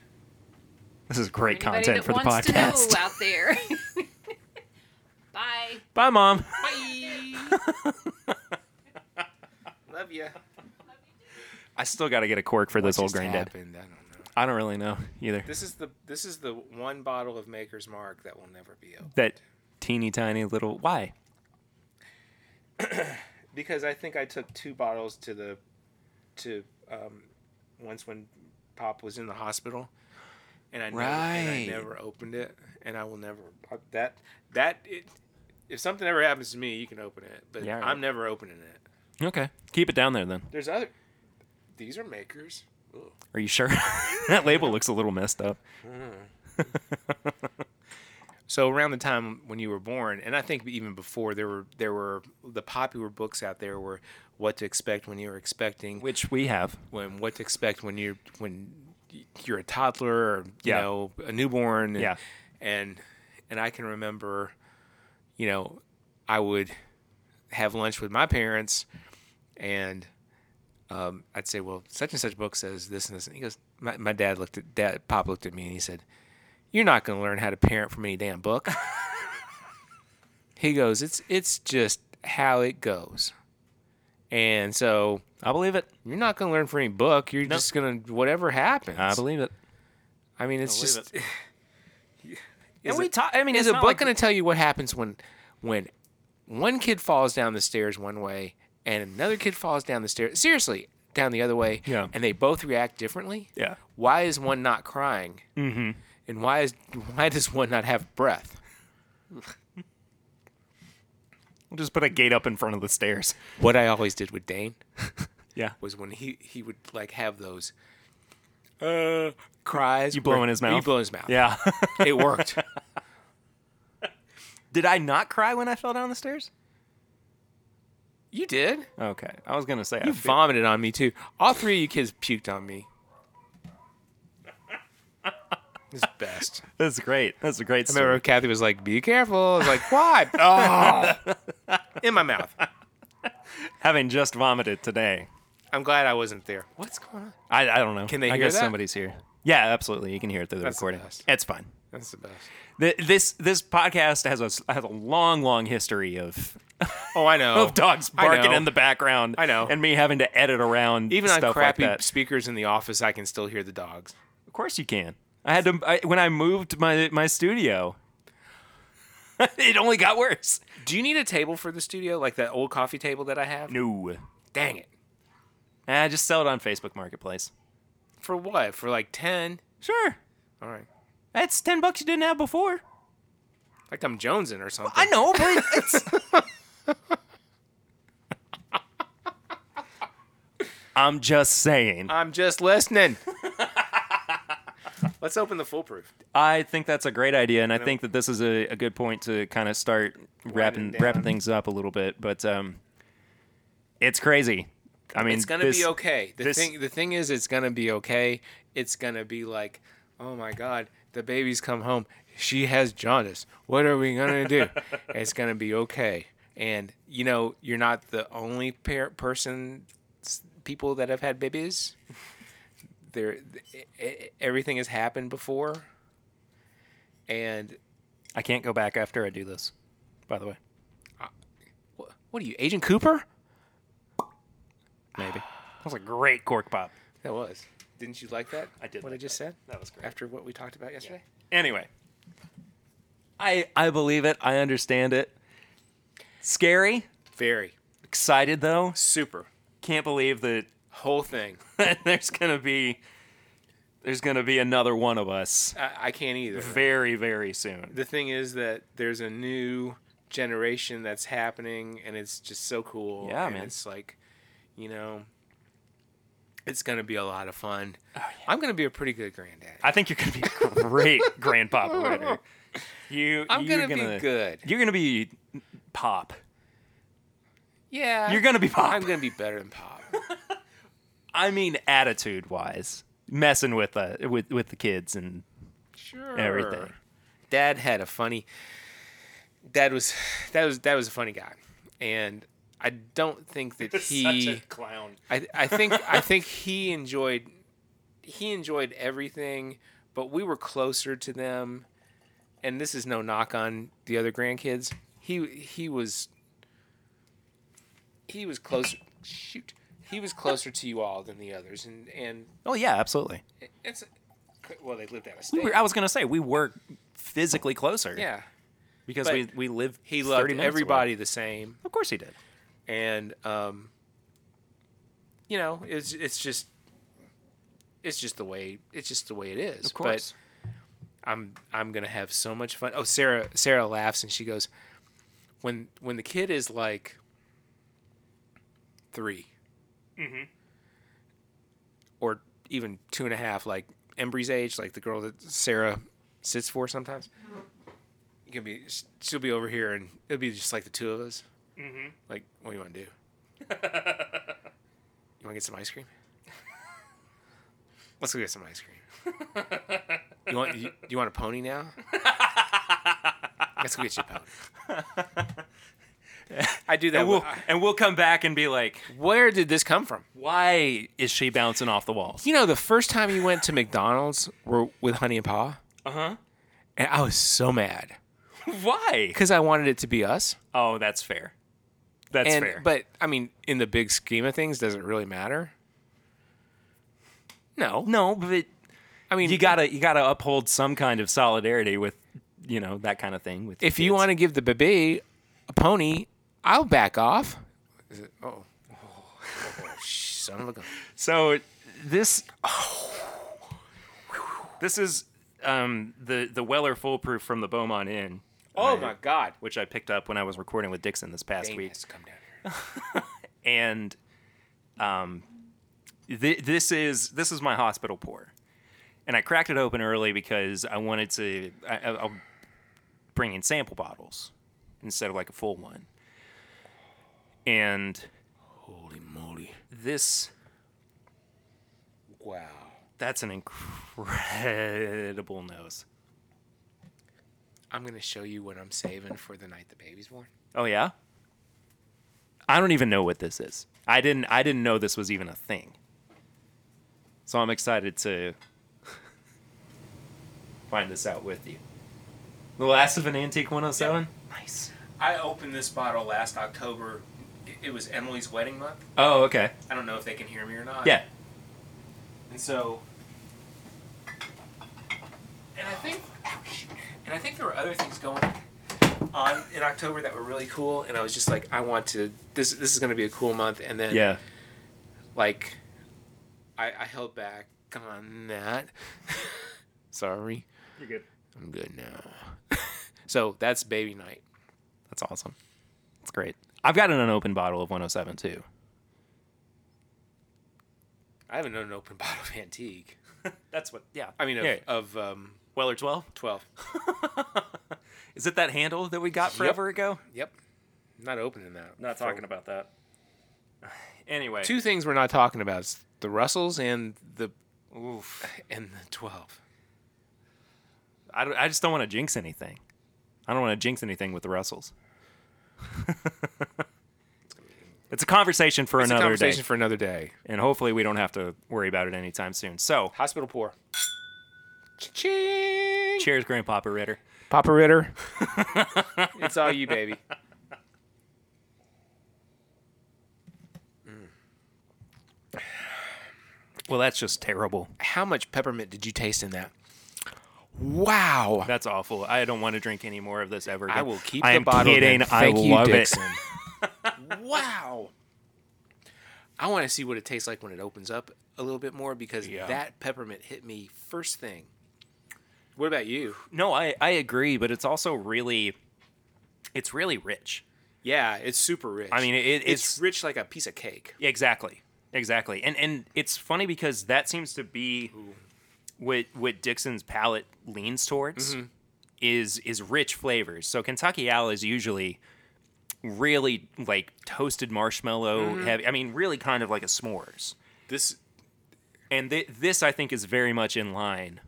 [SPEAKER 1] This is great
[SPEAKER 3] Anybody
[SPEAKER 1] content
[SPEAKER 3] that
[SPEAKER 1] for the
[SPEAKER 3] wants
[SPEAKER 1] podcast.
[SPEAKER 3] to know out there. Bye.
[SPEAKER 1] Bye, Mom.
[SPEAKER 3] Bye.
[SPEAKER 2] Love you.
[SPEAKER 1] I still got to get a cork for this old granddad.
[SPEAKER 2] Happened? I don't know.
[SPEAKER 1] I don't really know either.
[SPEAKER 2] This is the this is the one bottle of Maker's Mark that will never be opened
[SPEAKER 1] That teeny tiny little why?
[SPEAKER 2] because I think I took two bottles to the to um, once when Pop was in the hospital, and I never, and I
[SPEAKER 1] Right.
[SPEAKER 2] never opened it, and I will never uh, that that it, if something ever happens to me, you can open it, but
[SPEAKER 1] Yeah, right.
[SPEAKER 2] I'm never opening it.
[SPEAKER 1] Okay, keep it down there then.
[SPEAKER 2] There's other. These are Makers. Ugh.
[SPEAKER 1] Are you sure? that label looks a little messed up.
[SPEAKER 2] So around the time when you were born, and I think even before, there were there were the popular books out there were what to expect when you were expecting,
[SPEAKER 1] Which we have.
[SPEAKER 2] when what to expect when you when you're a toddler or you
[SPEAKER 1] Yeah.
[SPEAKER 2] know a newborn. And,
[SPEAKER 1] Yeah.
[SPEAKER 2] and and I can remember, you know, I would have lunch with my parents, and um, I'd say, well, such and such book says this and this, and he goes, my, my dad looked at dad pop looked at me and he said, you're not going to learn how to parent from any damn book. he goes, it's it's just how it goes, and so
[SPEAKER 1] I believe it.
[SPEAKER 2] you're not going to learn from any book. You're just going to whatever happens.
[SPEAKER 1] I believe it.
[SPEAKER 2] I mean, it's
[SPEAKER 1] believe
[SPEAKER 2] just
[SPEAKER 1] and we talk. I mean,
[SPEAKER 2] is
[SPEAKER 1] it's
[SPEAKER 2] a
[SPEAKER 1] not
[SPEAKER 2] book
[SPEAKER 1] like-
[SPEAKER 2] going to tell you what happens when when one kid falls down the stairs one way and another kid falls down the stairs seriously down the other way
[SPEAKER 1] Yeah.
[SPEAKER 2] and they both react differently
[SPEAKER 1] Yeah.
[SPEAKER 2] why is one not crying mm-hmm. and why is why does one not have breath
[SPEAKER 1] We'll just put a gate up in front of the stairs.
[SPEAKER 2] what i always did with dane
[SPEAKER 1] Yeah.
[SPEAKER 2] was when he he would like have those uh cries
[SPEAKER 1] You blow
[SPEAKER 2] where-
[SPEAKER 1] in his
[SPEAKER 2] you
[SPEAKER 1] mouth?
[SPEAKER 2] blow in his mouth
[SPEAKER 1] Yeah.
[SPEAKER 2] it worked
[SPEAKER 1] Did I not cry when I fell down the stairs?
[SPEAKER 2] you did
[SPEAKER 1] Okay. I was gonna say. I
[SPEAKER 2] You
[SPEAKER 1] feel-
[SPEAKER 2] vomited on me too. All three of you kids puked on me. It's best.
[SPEAKER 1] That's great. That's a great
[SPEAKER 2] I remember
[SPEAKER 1] story.
[SPEAKER 2] Kathy was like, "Be careful." I was like, "Why?" Oh, in my mouth.
[SPEAKER 1] Having just vomited today.
[SPEAKER 2] I'm glad I wasn't there. What's going on?
[SPEAKER 1] I, I don't know.
[SPEAKER 2] Can they
[SPEAKER 1] I
[SPEAKER 2] hear
[SPEAKER 1] guess
[SPEAKER 2] that?
[SPEAKER 1] somebody's here. Yeah, absolutely. You can hear it through the
[SPEAKER 2] That's the
[SPEAKER 1] recording.
[SPEAKER 2] best.
[SPEAKER 1] It's fine.
[SPEAKER 2] That's the best.
[SPEAKER 1] Th- This this podcast has a s- has a long long history of
[SPEAKER 2] Oh, I know.
[SPEAKER 1] of dogs
[SPEAKER 2] I
[SPEAKER 1] barking
[SPEAKER 2] know.
[SPEAKER 1] in the background.
[SPEAKER 2] I know.
[SPEAKER 1] And me having to edit around
[SPEAKER 2] Even
[SPEAKER 1] stuff
[SPEAKER 2] on crappy
[SPEAKER 1] like that.
[SPEAKER 2] speakers in the office, I can still hear the dogs.
[SPEAKER 1] Of course you can. I had to I, when I moved my my studio. it only got worse.
[SPEAKER 2] Do you need a table for the studio, like that old coffee table that I have?
[SPEAKER 1] No.
[SPEAKER 2] Dang it!
[SPEAKER 1] I just sell it on Facebook Marketplace.
[SPEAKER 2] For what? For like ten?
[SPEAKER 1] Sure.
[SPEAKER 2] All right.
[SPEAKER 1] That's 10 bucks you didn't have before.
[SPEAKER 2] Like I'm Jonesing or something.
[SPEAKER 1] I know, but it's I'm just saying.
[SPEAKER 2] I'm just listening. Let's open the foolproof.
[SPEAKER 1] I think that's a great idea, and I think that this is a, a good point to kind of start wrapping
[SPEAKER 2] down.
[SPEAKER 1] wrapping things up a little bit. But um, It's crazy. I mean,
[SPEAKER 2] it's gonna
[SPEAKER 1] this-
[SPEAKER 2] be okay. The
[SPEAKER 1] this-
[SPEAKER 2] thing, the thing is, it's gonna be okay. It's gonna be like, oh my god, the baby's come home. She has jaundice. What are we gonna do? it's gonna be okay. And you know, you're not the only par- person, s- people that have had babies. There, e- e- everything has happened before. And
[SPEAKER 1] I can't go back after I do this. By the way,
[SPEAKER 2] wha- what are you, Agent Cooper?
[SPEAKER 1] maybe that was a great cork pop.
[SPEAKER 2] That was. Didn't you like that?
[SPEAKER 1] I did
[SPEAKER 2] What I
[SPEAKER 1] like
[SPEAKER 2] just said
[SPEAKER 1] That was great.
[SPEAKER 2] after what we talked about yesterday.
[SPEAKER 1] Anyway, I I believe it. I understand it. Scary,
[SPEAKER 2] Very.
[SPEAKER 1] excited though.
[SPEAKER 2] Super.
[SPEAKER 1] Can't believe that
[SPEAKER 2] Whole thing.
[SPEAKER 1] there's gonna be there's gonna be another one of us
[SPEAKER 2] I, I can't either.
[SPEAKER 1] very very soon.
[SPEAKER 2] The thing is that there's a new generation that's happening, and it's just so cool.
[SPEAKER 1] Yeah,
[SPEAKER 2] and
[SPEAKER 1] man.
[SPEAKER 2] It's like, you know, it's gonna be a lot of fun. I'm gonna be a pretty good granddad.
[SPEAKER 1] I think you're gonna be a great grandpapa Ritter. You
[SPEAKER 2] I'm
[SPEAKER 1] you're
[SPEAKER 2] gonna, be good.
[SPEAKER 1] You're gonna be pop.
[SPEAKER 2] Yeah.
[SPEAKER 1] You're gonna be pop.
[SPEAKER 2] I'm gonna be better than Pop.
[SPEAKER 1] I mean, attitude wise, messing with the with with the kids and
[SPEAKER 2] sure.
[SPEAKER 1] everything.
[SPEAKER 2] dad had a funny dad was that was that was a funny guy and i don't think that he
[SPEAKER 1] clown.
[SPEAKER 2] I, I think i think he enjoyed he enjoyed everything but we were closer to them and this is no knock on the other grandkids he he was he was closer shoot he was closer to you all than the others and and
[SPEAKER 1] Oh yeah, absolutely.
[SPEAKER 2] it's well they lived out of
[SPEAKER 1] We
[SPEAKER 2] state
[SPEAKER 1] were, I was gonna say we were physically closer.
[SPEAKER 2] yeah
[SPEAKER 1] because
[SPEAKER 2] but
[SPEAKER 1] we we lived.
[SPEAKER 2] he
[SPEAKER 1] 30
[SPEAKER 2] loved
[SPEAKER 1] minutes away.
[SPEAKER 2] everybody the same
[SPEAKER 1] Of course he did.
[SPEAKER 2] and um, you know, it's it's just it's just the way it's just the way it is.
[SPEAKER 1] Of course.
[SPEAKER 2] But I'm I'm gonna have so much fun. Oh, Sarah Sarah laughs and she goes, when when the kid is like 3 or even two and a half, like Embry's age, like the girl that Sarah sits for sometimes. You can be she'll be over here and it'll be just like the two of us. Like, what do you want to do? you want to get some ice cream? Let's go get some ice cream. you want you, you want a pony now? Let's go get you a pony. I do that.
[SPEAKER 1] and we'll
[SPEAKER 2] with-
[SPEAKER 1] and we'll come back and be like,
[SPEAKER 2] Where did this come from?
[SPEAKER 1] why is she bouncing off the walls?
[SPEAKER 2] You know, the first time you went to McDonald's were with Honey and Pa,
[SPEAKER 1] Uh
[SPEAKER 2] Uh-huh.
[SPEAKER 1] huh.
[SPEAKER 2] and I was so mad
[SPEAKER 1] Why?
[SPEAKER 2] because I wanted it to be us.
[SPEAKER 1] Oh, that's fair. That's
[SPEAKER 2] and
[SPEAKER 1] fair.
[SPEAKER 2] but I mean, in the big scheme of things, does it really matter? No,
[SPEAKER 1] no, but
[SPEAKER 2] I mean,
[SPEAKER 1] you gotta you gotta uphold some kind of solidarity with you know that kind of thing. With
[SPEAKER 2] if you want to give the baby a pony, I'll back off. Is it, oh. Son of a gun.
[SPEAKER 1] So this this is um, the the Weller foolproof from the Beaumont Inn,
[SPEAKER 2] Oh my God.
[SPEAKER 1] which I picked up when I was recording with Dixon this past
[SPEAKER 2] Dane
[SPEAKER 1] week,
[SPEAKER 2] has to come down here.
[SPEAKER 1] and um, th- this is this is my hospital pour, and I cracked it open early because I wanted to I, I- I'll bring in sample bottles instead of like a full one, and
[SPEAKER 2] Holy moly.
[SPEAKER 1] this
[SPEAKER 2] Wow.
[SPEAKER 1] that's an incredible nose.
[SPEAKER 2] I'm going to show you what I'm saving for the night the baby's born.
[SPEAKER 1] Oh yeah. I don't even know what this is. I didn't. I didn't know this was even a thing. So I'm excited to find this out with you. The last of an antique 107. Nice.
[SPEAKER 2] I opened this bottle last October. It- It was Emily's wedding month.
[SPEAKER 1] Oh okay.
[SPEAKER 2] I don't know if they can hear me or not.
[SPEAKER 1] Yeah.
[SPEAKER 2] And so, and I think, ouch. and I think there were other things going on in October that were really cool. And I was just like, I want to. This this is going to be a cool month. And then,
[SPEAKER 1] Yeah.
[SPEAKER 2] like, I, I held back on that. Sorry,
[SPEAKER 1] You're good.
[SPEAKER 2] I'm good now. so that's baby night.
[SPEAKER 1] That's awesome. That's great. I've got an unopened bottle of 107 too.
[SPEAKER 2] I haven't known an open bottle of antique.
[SPEAKER 1] That's what. Yeah.
[SPEAKER 2] I mean, of,
[SPEAKER 1] Yeah.
[SPEAKER 2] of um,
[SPEAKER 1] Weller 12.
[SPEAKER 2] twelve.
[SPEAKER 1] Is it that handle that we got
[SPEAKER 2] Yep.
[SPEAKER 1] forever ago?
[SPEAKER 2] Yep, not opening that.
[SPEAKER 1] Not
[SPEAKER 2] for-
[SPEAKER 1] about that. Anyway,
[SPEAKER 2] Two things we're not talking about is the Russells and the
[SPEAKER 1] Oof.
[SPEAKER 2] and the twelve.
[SPEAKER 1] I, don't- I just don't want to jinx anything. I don't want to jinx anything with the Russells. it's a conversation for
[SPEAKER 2] It's a
[SPEAKER 1] another
[SPEAKER 2] conversation
[SPEAKER 1] day,
[SPEAKER 2] for another day.
[SPEAKER 1] and hopefully we don't have to worry about it anytime soon. So,
[SPEAKER 2] Hospital poor. Ching.
[SPEAKER 1] cheers, Grandpapa Ritter.
[SPEAKER 2] Papa Ritter. it's all you, baby.
[SPEAKER 1] Well, that's just terrible.
[SPEAKER 2] How much peppermint did you taste in that? Wow.
[SPEAKER 1] That's awful. I don't want to drink any more of this ever. Again.
[SPEAKER 2] I will keep
[SPEAKER 1] I
[SPEAKER 2] the
[SPEAKER 1] am
[SPEAKER 2] bottle. then.
[SPEAKER 1] Kidding. I
[SPEAKER 2] Thank you,
[SPEAKER 1] love
[SPEAKER 2] Dixon. wow. I want to see what it tastes like when it opens up a little bit more because
[SPEAKER 1] Yeah.
[SPEAKER 2] that peppermint hit me first thing. What about you?
[SPEAKER 1] it. No, I I agree, but it's also really, it's really rich.
[SPEAKER 2] Yeah, it's super rich.
[SPEAKER 1] I mean, it-
[SPEAKER 2] it's
[SPEAKER 1] it's-
[SPEAKER 2] rich like a piece of cake.
[SPEAKER 1] Exactly. Exactly. And and it's funny because that seems to be what what Dixon's palate leans towards is is rich flavors. So Kentucky Owl is usually really like toasted marshmallow heavy. I mean, really kind of like a s'mores.
[SPEAKER 2] This
[SPEAKER 1] And th- this I think is very much in line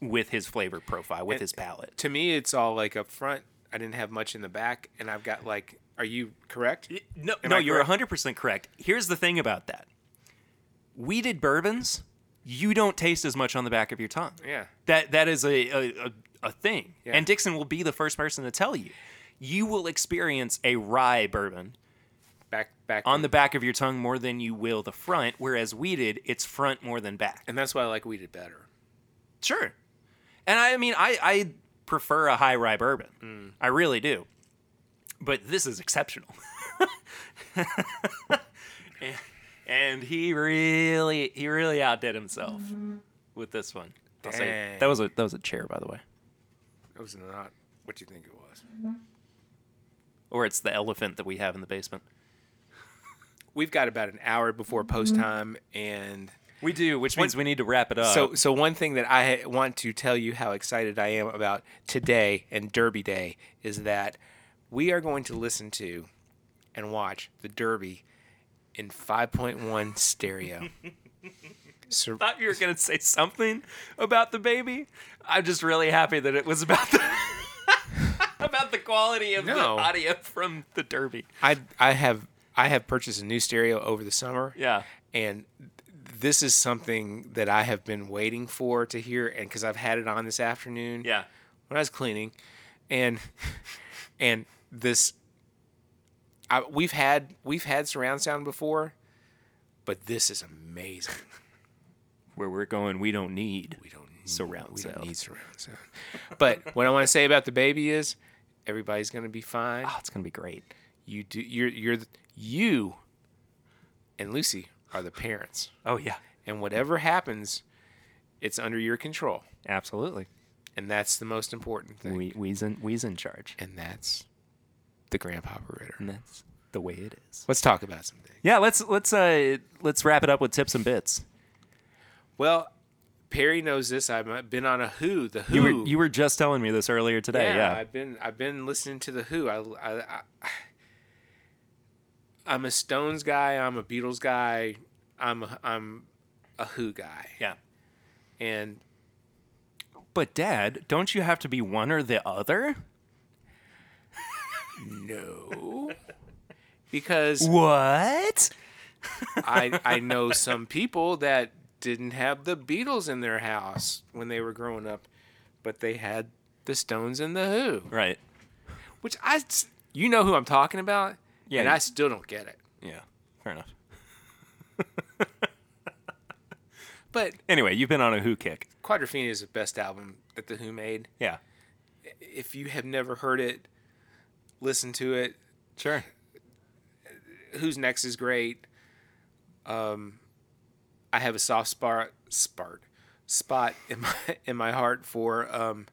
[SPEAKER 1] with his flavor profile, with his palate.
[SPEAKER 2] to me, it's all like up front. I didn't have much in the back, and I've got like. Are you correct?
[SPEAKER 1] No,
[SPEAKER 2] Am
[SPEAKER 1] no,
[SPEAKER 2] I
[SPEAKER 1] you're
[SPEAKER 2] correct?
[SPEAKER 1] 100% correct. Here's the thing about that. Weeded bourbons, you don't taste as much on the back of your tongue.
[SPEAKER 2] Yeah.
[SPEAKER 1] That that is a a, a, a thing.
[SPEAKER 2] Yeah.
[SPEAKER 1] And Dixon will be the first person to tell you. You will experience a rye bourbon
[SPEAKER 2] Back, back
[SPEAKER 1] on the back of your tongue more than you will the front, whereas weeded, it's front more than back.
[SPEAKER 2] and that's why I like weeded better.
[SPEAKER 1] Sure. And I mean I, I prefer a high rye bourbon. I really do. But this is exceptional. and, and he really he really outdid himself with this one. I'll say-
[SPEAKER 2] Dang.
[SPEAKER 1] that was a that was a chair, by the way.
[SPEAKER 2] That was not what you think it was.
[SPEAKER 1] Or it's the elephant that we have in the basement.
[SPEAKER 2] We've got about an hour before post time, and
[SPEAKER 1] We do, which means we need to wrap it up.
[SPEAKER 2] so so one thing that I want to tell you how excited I am about today and Derby Day is that we are going to listen to and watch the Derby in 5.1 stereo. Sur-
[SPEAKER 1] thought you were gonna say something about the baby. I'm just really happy that it was about the about the quality of the
[SPEAKER 2] No.
[SPEAKER 1] audio from the Derby.
[SPEAKER 2] I I have I have purchased a new stereo over the summer.
[SPEAKER 1] Yeah.
[SPEAKER 2] and this is something that I have been waiting for to hear, and because I've had it on this afternoon.
[SPEAKER 1] Yeah.
[SPEAKER 2] when I was cleaning, and and this, I, we've had we've had surround sound before, but this is amazing.
[SPEAKER 1] Where we're going, we don't need.
[SPEAKER 2] We don't need,
[SPEAKER 1] Surround
[SPEAKER 2] we
[SPEAKER 1] sound.
[SPEAKER 2] Don't need surround sound. But what I want to say about the baby is, everybody's gonna be fine.
[SPEAKER 1] Oh, it's gonna be great.
[SPEAKER 2] You do. You're you're the- you. And Lucy are the parents.
[SPEAKER 1] Oh yeah.
[SPEAKER 2] and whatever happens, it's under your control,
[SPEAKER 1] Absolutely.
[SPEAKER 2] and that's the most important thing.
[SPEAKER 1] We we's in we's in charge.
[SPEAKER 2] and that's the Grandpa Ritter.
[SPEAKER 1] And that's the way it is.
[SPEAKER 2] Let's talk about something.
[SPEAKER 1] Yeah, let's let's uh let's wrap it up with tips and bits.
[SPEAKER 2] Well, Perry knows this. I've been on a Who, the Who.
[SPEAKER 1] You were you were just telling me this earlier today, yeah.
[SPEAKER 2] I've been I've been listening to the Who. I, I, I I'm a Stones guy. I'm a Beatles guy. I'm a, I'm a Who guy,
[SPEAKER 1] yeah.
[SPEAKER 2] and
[SPEAKER 1] But dad, don't you have to be one or the other?
[SPEAKER 2] no. Because
[SPEAKER 1] What?
[SPEAKER 2] I I know some people that didn't have the Beatles in their house when they were growing up, but they had the Stones and the Who,
[SPEAKER 1] Right.
[SPEAKER 2] which I s- you know who I'm talking about,
[SPEAKER 1] Yeah.
[SPEAKER 2] and I still don't get it.
[SPEAKER 1] Yeah. Fair enough.
[SPEAKER 2] But
[SPEAKER 1] Anyway, you've been on a Who kick.
[SPEAKER 2] Quadrophenia is the best album that the Who made.
[SPEAKER 1] Yeah.
[SPEAKER 2] If you have never heard it, listen to it.
[SPEAKER 1] Sure.
[SPEAKER 2] Who's Next is great. Um, I have a soft spot spot spot in my in my heart for um,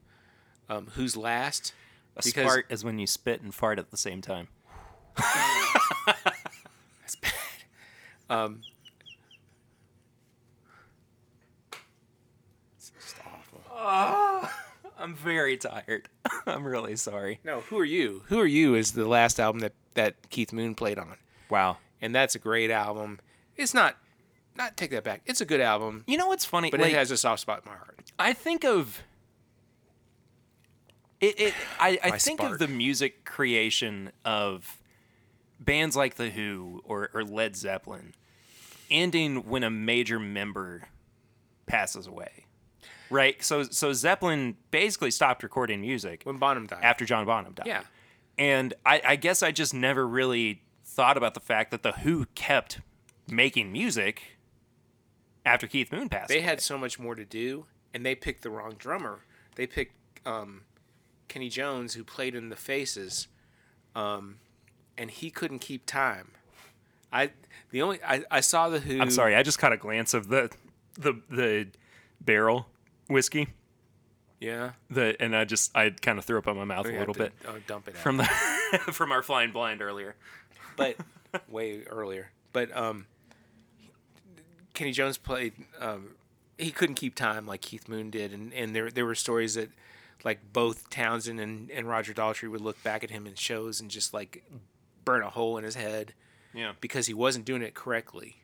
[SPEAKER 2] um, Who's Last.
[SPEAKER 1] A
[SPEAKER 2] Because-
[SPEAKER 1] spart is when you spit and fart at the same time.
[SPEAKER 2] Um, It's awful.
[SPEAKER 1] Ah, I'm very tired. I'm really sorry.
[SPEAKER 2] No, who are you? Who are you is the last album that that Keith Moon played on,
[SPEAKER 1] Wow.
[SPEAKER 2] and that's a great album. It's not, not take that back. It's a good album,
[SPEAKER 1] You know what's funny?
[SPEAKER 2] but
[SPEAKER 1] Like,
[SPEAKER 2] it has a soft spot in my heart.
[SPEAKER 1] I think of it. it I, I
[SPEAKER 2] My
[SPEAKER 1] think of
[SPEAKER 2] spark.
[SPEAKER 1] the music creation of bands like The Who or, or Led Zeppelin ending when a major member passes away. Right? So so Zeppelin basically stopped recording music
[SPEAKER 2] When Bonham died,
[SPEAKER 1] after John Bonham died.
[SPEAKER 2] Yeah.
[SPEAKER 1] And I, I guess I just never really thought about the fact that The Who kept making music after Keith Moon passed.
[SPEAKER 2] they
[SPEAKER 1] away.
[SPEAKER 2] had so much more to do, and they picked the wrong drummer. They picked um, Kenny Jones, who played in the Faces, um, and he couldn't keep time. I the only I, I saw the Who.
[SPEAKER 1] I'm sorry, I just caught a glance of the the the barrel whiskey.
[SPEAKER 2] Yeah,
[SPEAKER 1] The and I just I kind of threw up on my mouth a
[SPEAKER 2] We
[SPEAKER 1] little
[SPEAKER 2] have to,
[SPEAKER 1] bit
[SPEAKER 2] Oh, dump it out.
[SPEAKER 1] from the from our flying blind earlier.
[SPEAKER 2] but way earlier. But um, Kenny Jones played. Um, he couldn't keep time like Keith Moon did, and, and there there were stories that like both Townsend and, and Roger Daltrey would look back at him in shows and just like burn a hole in his head
[SPEAKER 1] Yeah.
[SPEAKER 2] because he wasn't doing it correctly.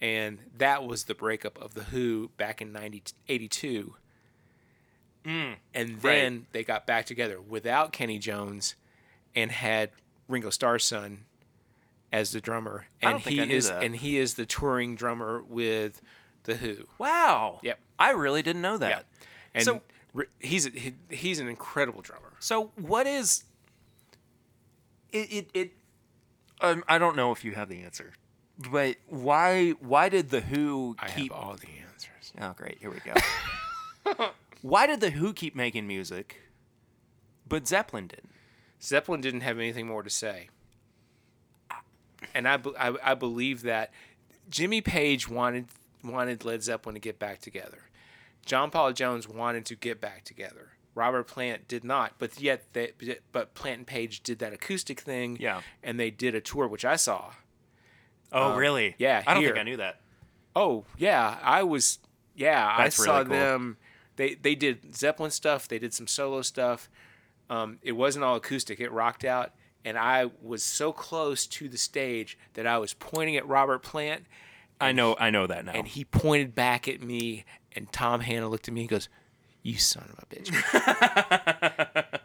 [SPEAKER 2] And that was the breakup of The Who back in 90, 82.
[SPEAKER 1] Mm,
[SPEAKER 2] and then they got back together without Kenny Jones and had Ringo Starr's son as the drummer.
[SPEAKER 1] I
[SPEAKER 2] And
[SPEAKER 1] don't think
[SPEAKER 2] he
[SPEAKER 1] I knew
[SPEAKER 2] is
[SPEAKER 1] that.
[SPEAKER 2] and he is the touring drummer with The Who.
[SPEAKER 1] Wow.
[SPEAKER 2] Yep.
[SPEAKER 1] I really didn't know that.
[SPEAKER 2] And
[SPEAKER 1] So-
[SPEAKER 2] ri- he's a- he, he's an incredible drummer.
[SPEAKER 1] So what is it? It, it um, I don't know if you have the answer, but why why did the Who
[SPEAKER 2] I
[SPEAKER 1] keep?
[SPEAKER 2] have all the answers.
[SPEAKER 1] Oh, great! Here we go. why did the Who keep making music, but Zeppelin didn't?
[SPEAKER 2] Zeppelin didn't have anything more to say. And I, be- I, I believe that Jimmy Page wanted wanted Led Zeppelin to get back together. John Paul Jones wanted to get back together. Robert Plant did not, but yet they, but Plant and Page did that acoustic thing.
[SPEAKER 1] Yeah.
[SPEAKER 2] And they did a tour, which I saw.
[SPEAKER 1] Oh, really?
[SPEAKER 2] yeah,
[SPEAKER 1] I don't
[SPEAKER 2] here.
[SPEAKER 1] think I knew that.
[SPEAKER 2] Oh yeah, I was. Yeah,
[SPEAKER 1] That's
[SPEAKER 2] I
[SPEAKER 1] really
[SPEAKER 2] saw
[SPEAKER 1] cool.
[SPEAKER 2] them. They they did Zeppelin stuff. They did some solo stuff. Um, it wasn't all acoustic. It rocked out, and I was so close to the stage that I was pointing at Robert Plant,
[SPEAKER 1] I know. I know that now.
[SPEAKER 2] and he pointed back at me. And Tom Hanna looked at me and goes, "You son of a bitch."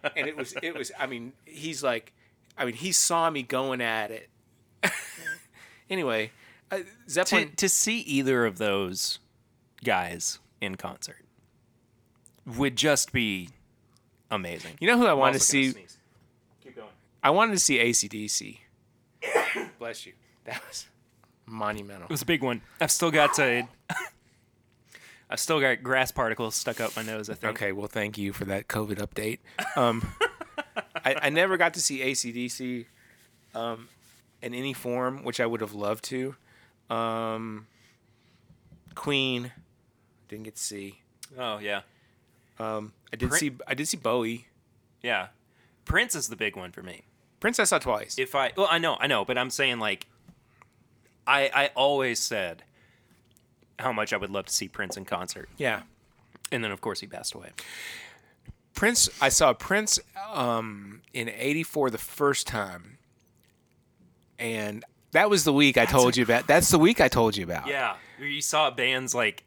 [SPEAKER 2] and it was it was. I mean, he's like, I mean, he saw me going at it. anyway, uh,
[SPEAKER 1] to,
[SPEAKER 2] Zeppelin.
[SPEAKER 1] to see either of those guys in concert would just be amazing.
[SPEAKER 2] you know who I want to see?
[SPEAKER 1] Keep going.
[SPEAKER 2] I wanted to see ACDC. Bless you. That was monumental.
[SPEAKER 1] It was a big one. I've still got to. I've still got grass particles stuck up my nose. I think.
[SPEAKER 2] Okay, well, thank you for that COVID update. Um, I, I never got to see ACDC um, in any form, which I would have loved to. Um, Queen, didn't get to see.
[SPEAKER 1] Oh yeah,
[SPEAKER 2] Um, I did
[SPEAKER 1] Prin-
[SPEAKER 2] see. I did see Bowie.
[SPEAKER 1] yeah. Prince is the big one for me.
[SPEAKER 2] Prince, I saw twice.
[SPEAKER 1] if I well, I know, I know, but I'm saying like, I I always said how much I would love to see Prince in concert,
[SPEAKER 2] yeah,
[SPEAKER 1] and then of course he passed away.
[SPEAKER 2] Prince, I saw Prince um, in '84 the first time, and that was the week I told you about. That's the week I told you about.
[SPEAKER 1] Yeah, you saw bands like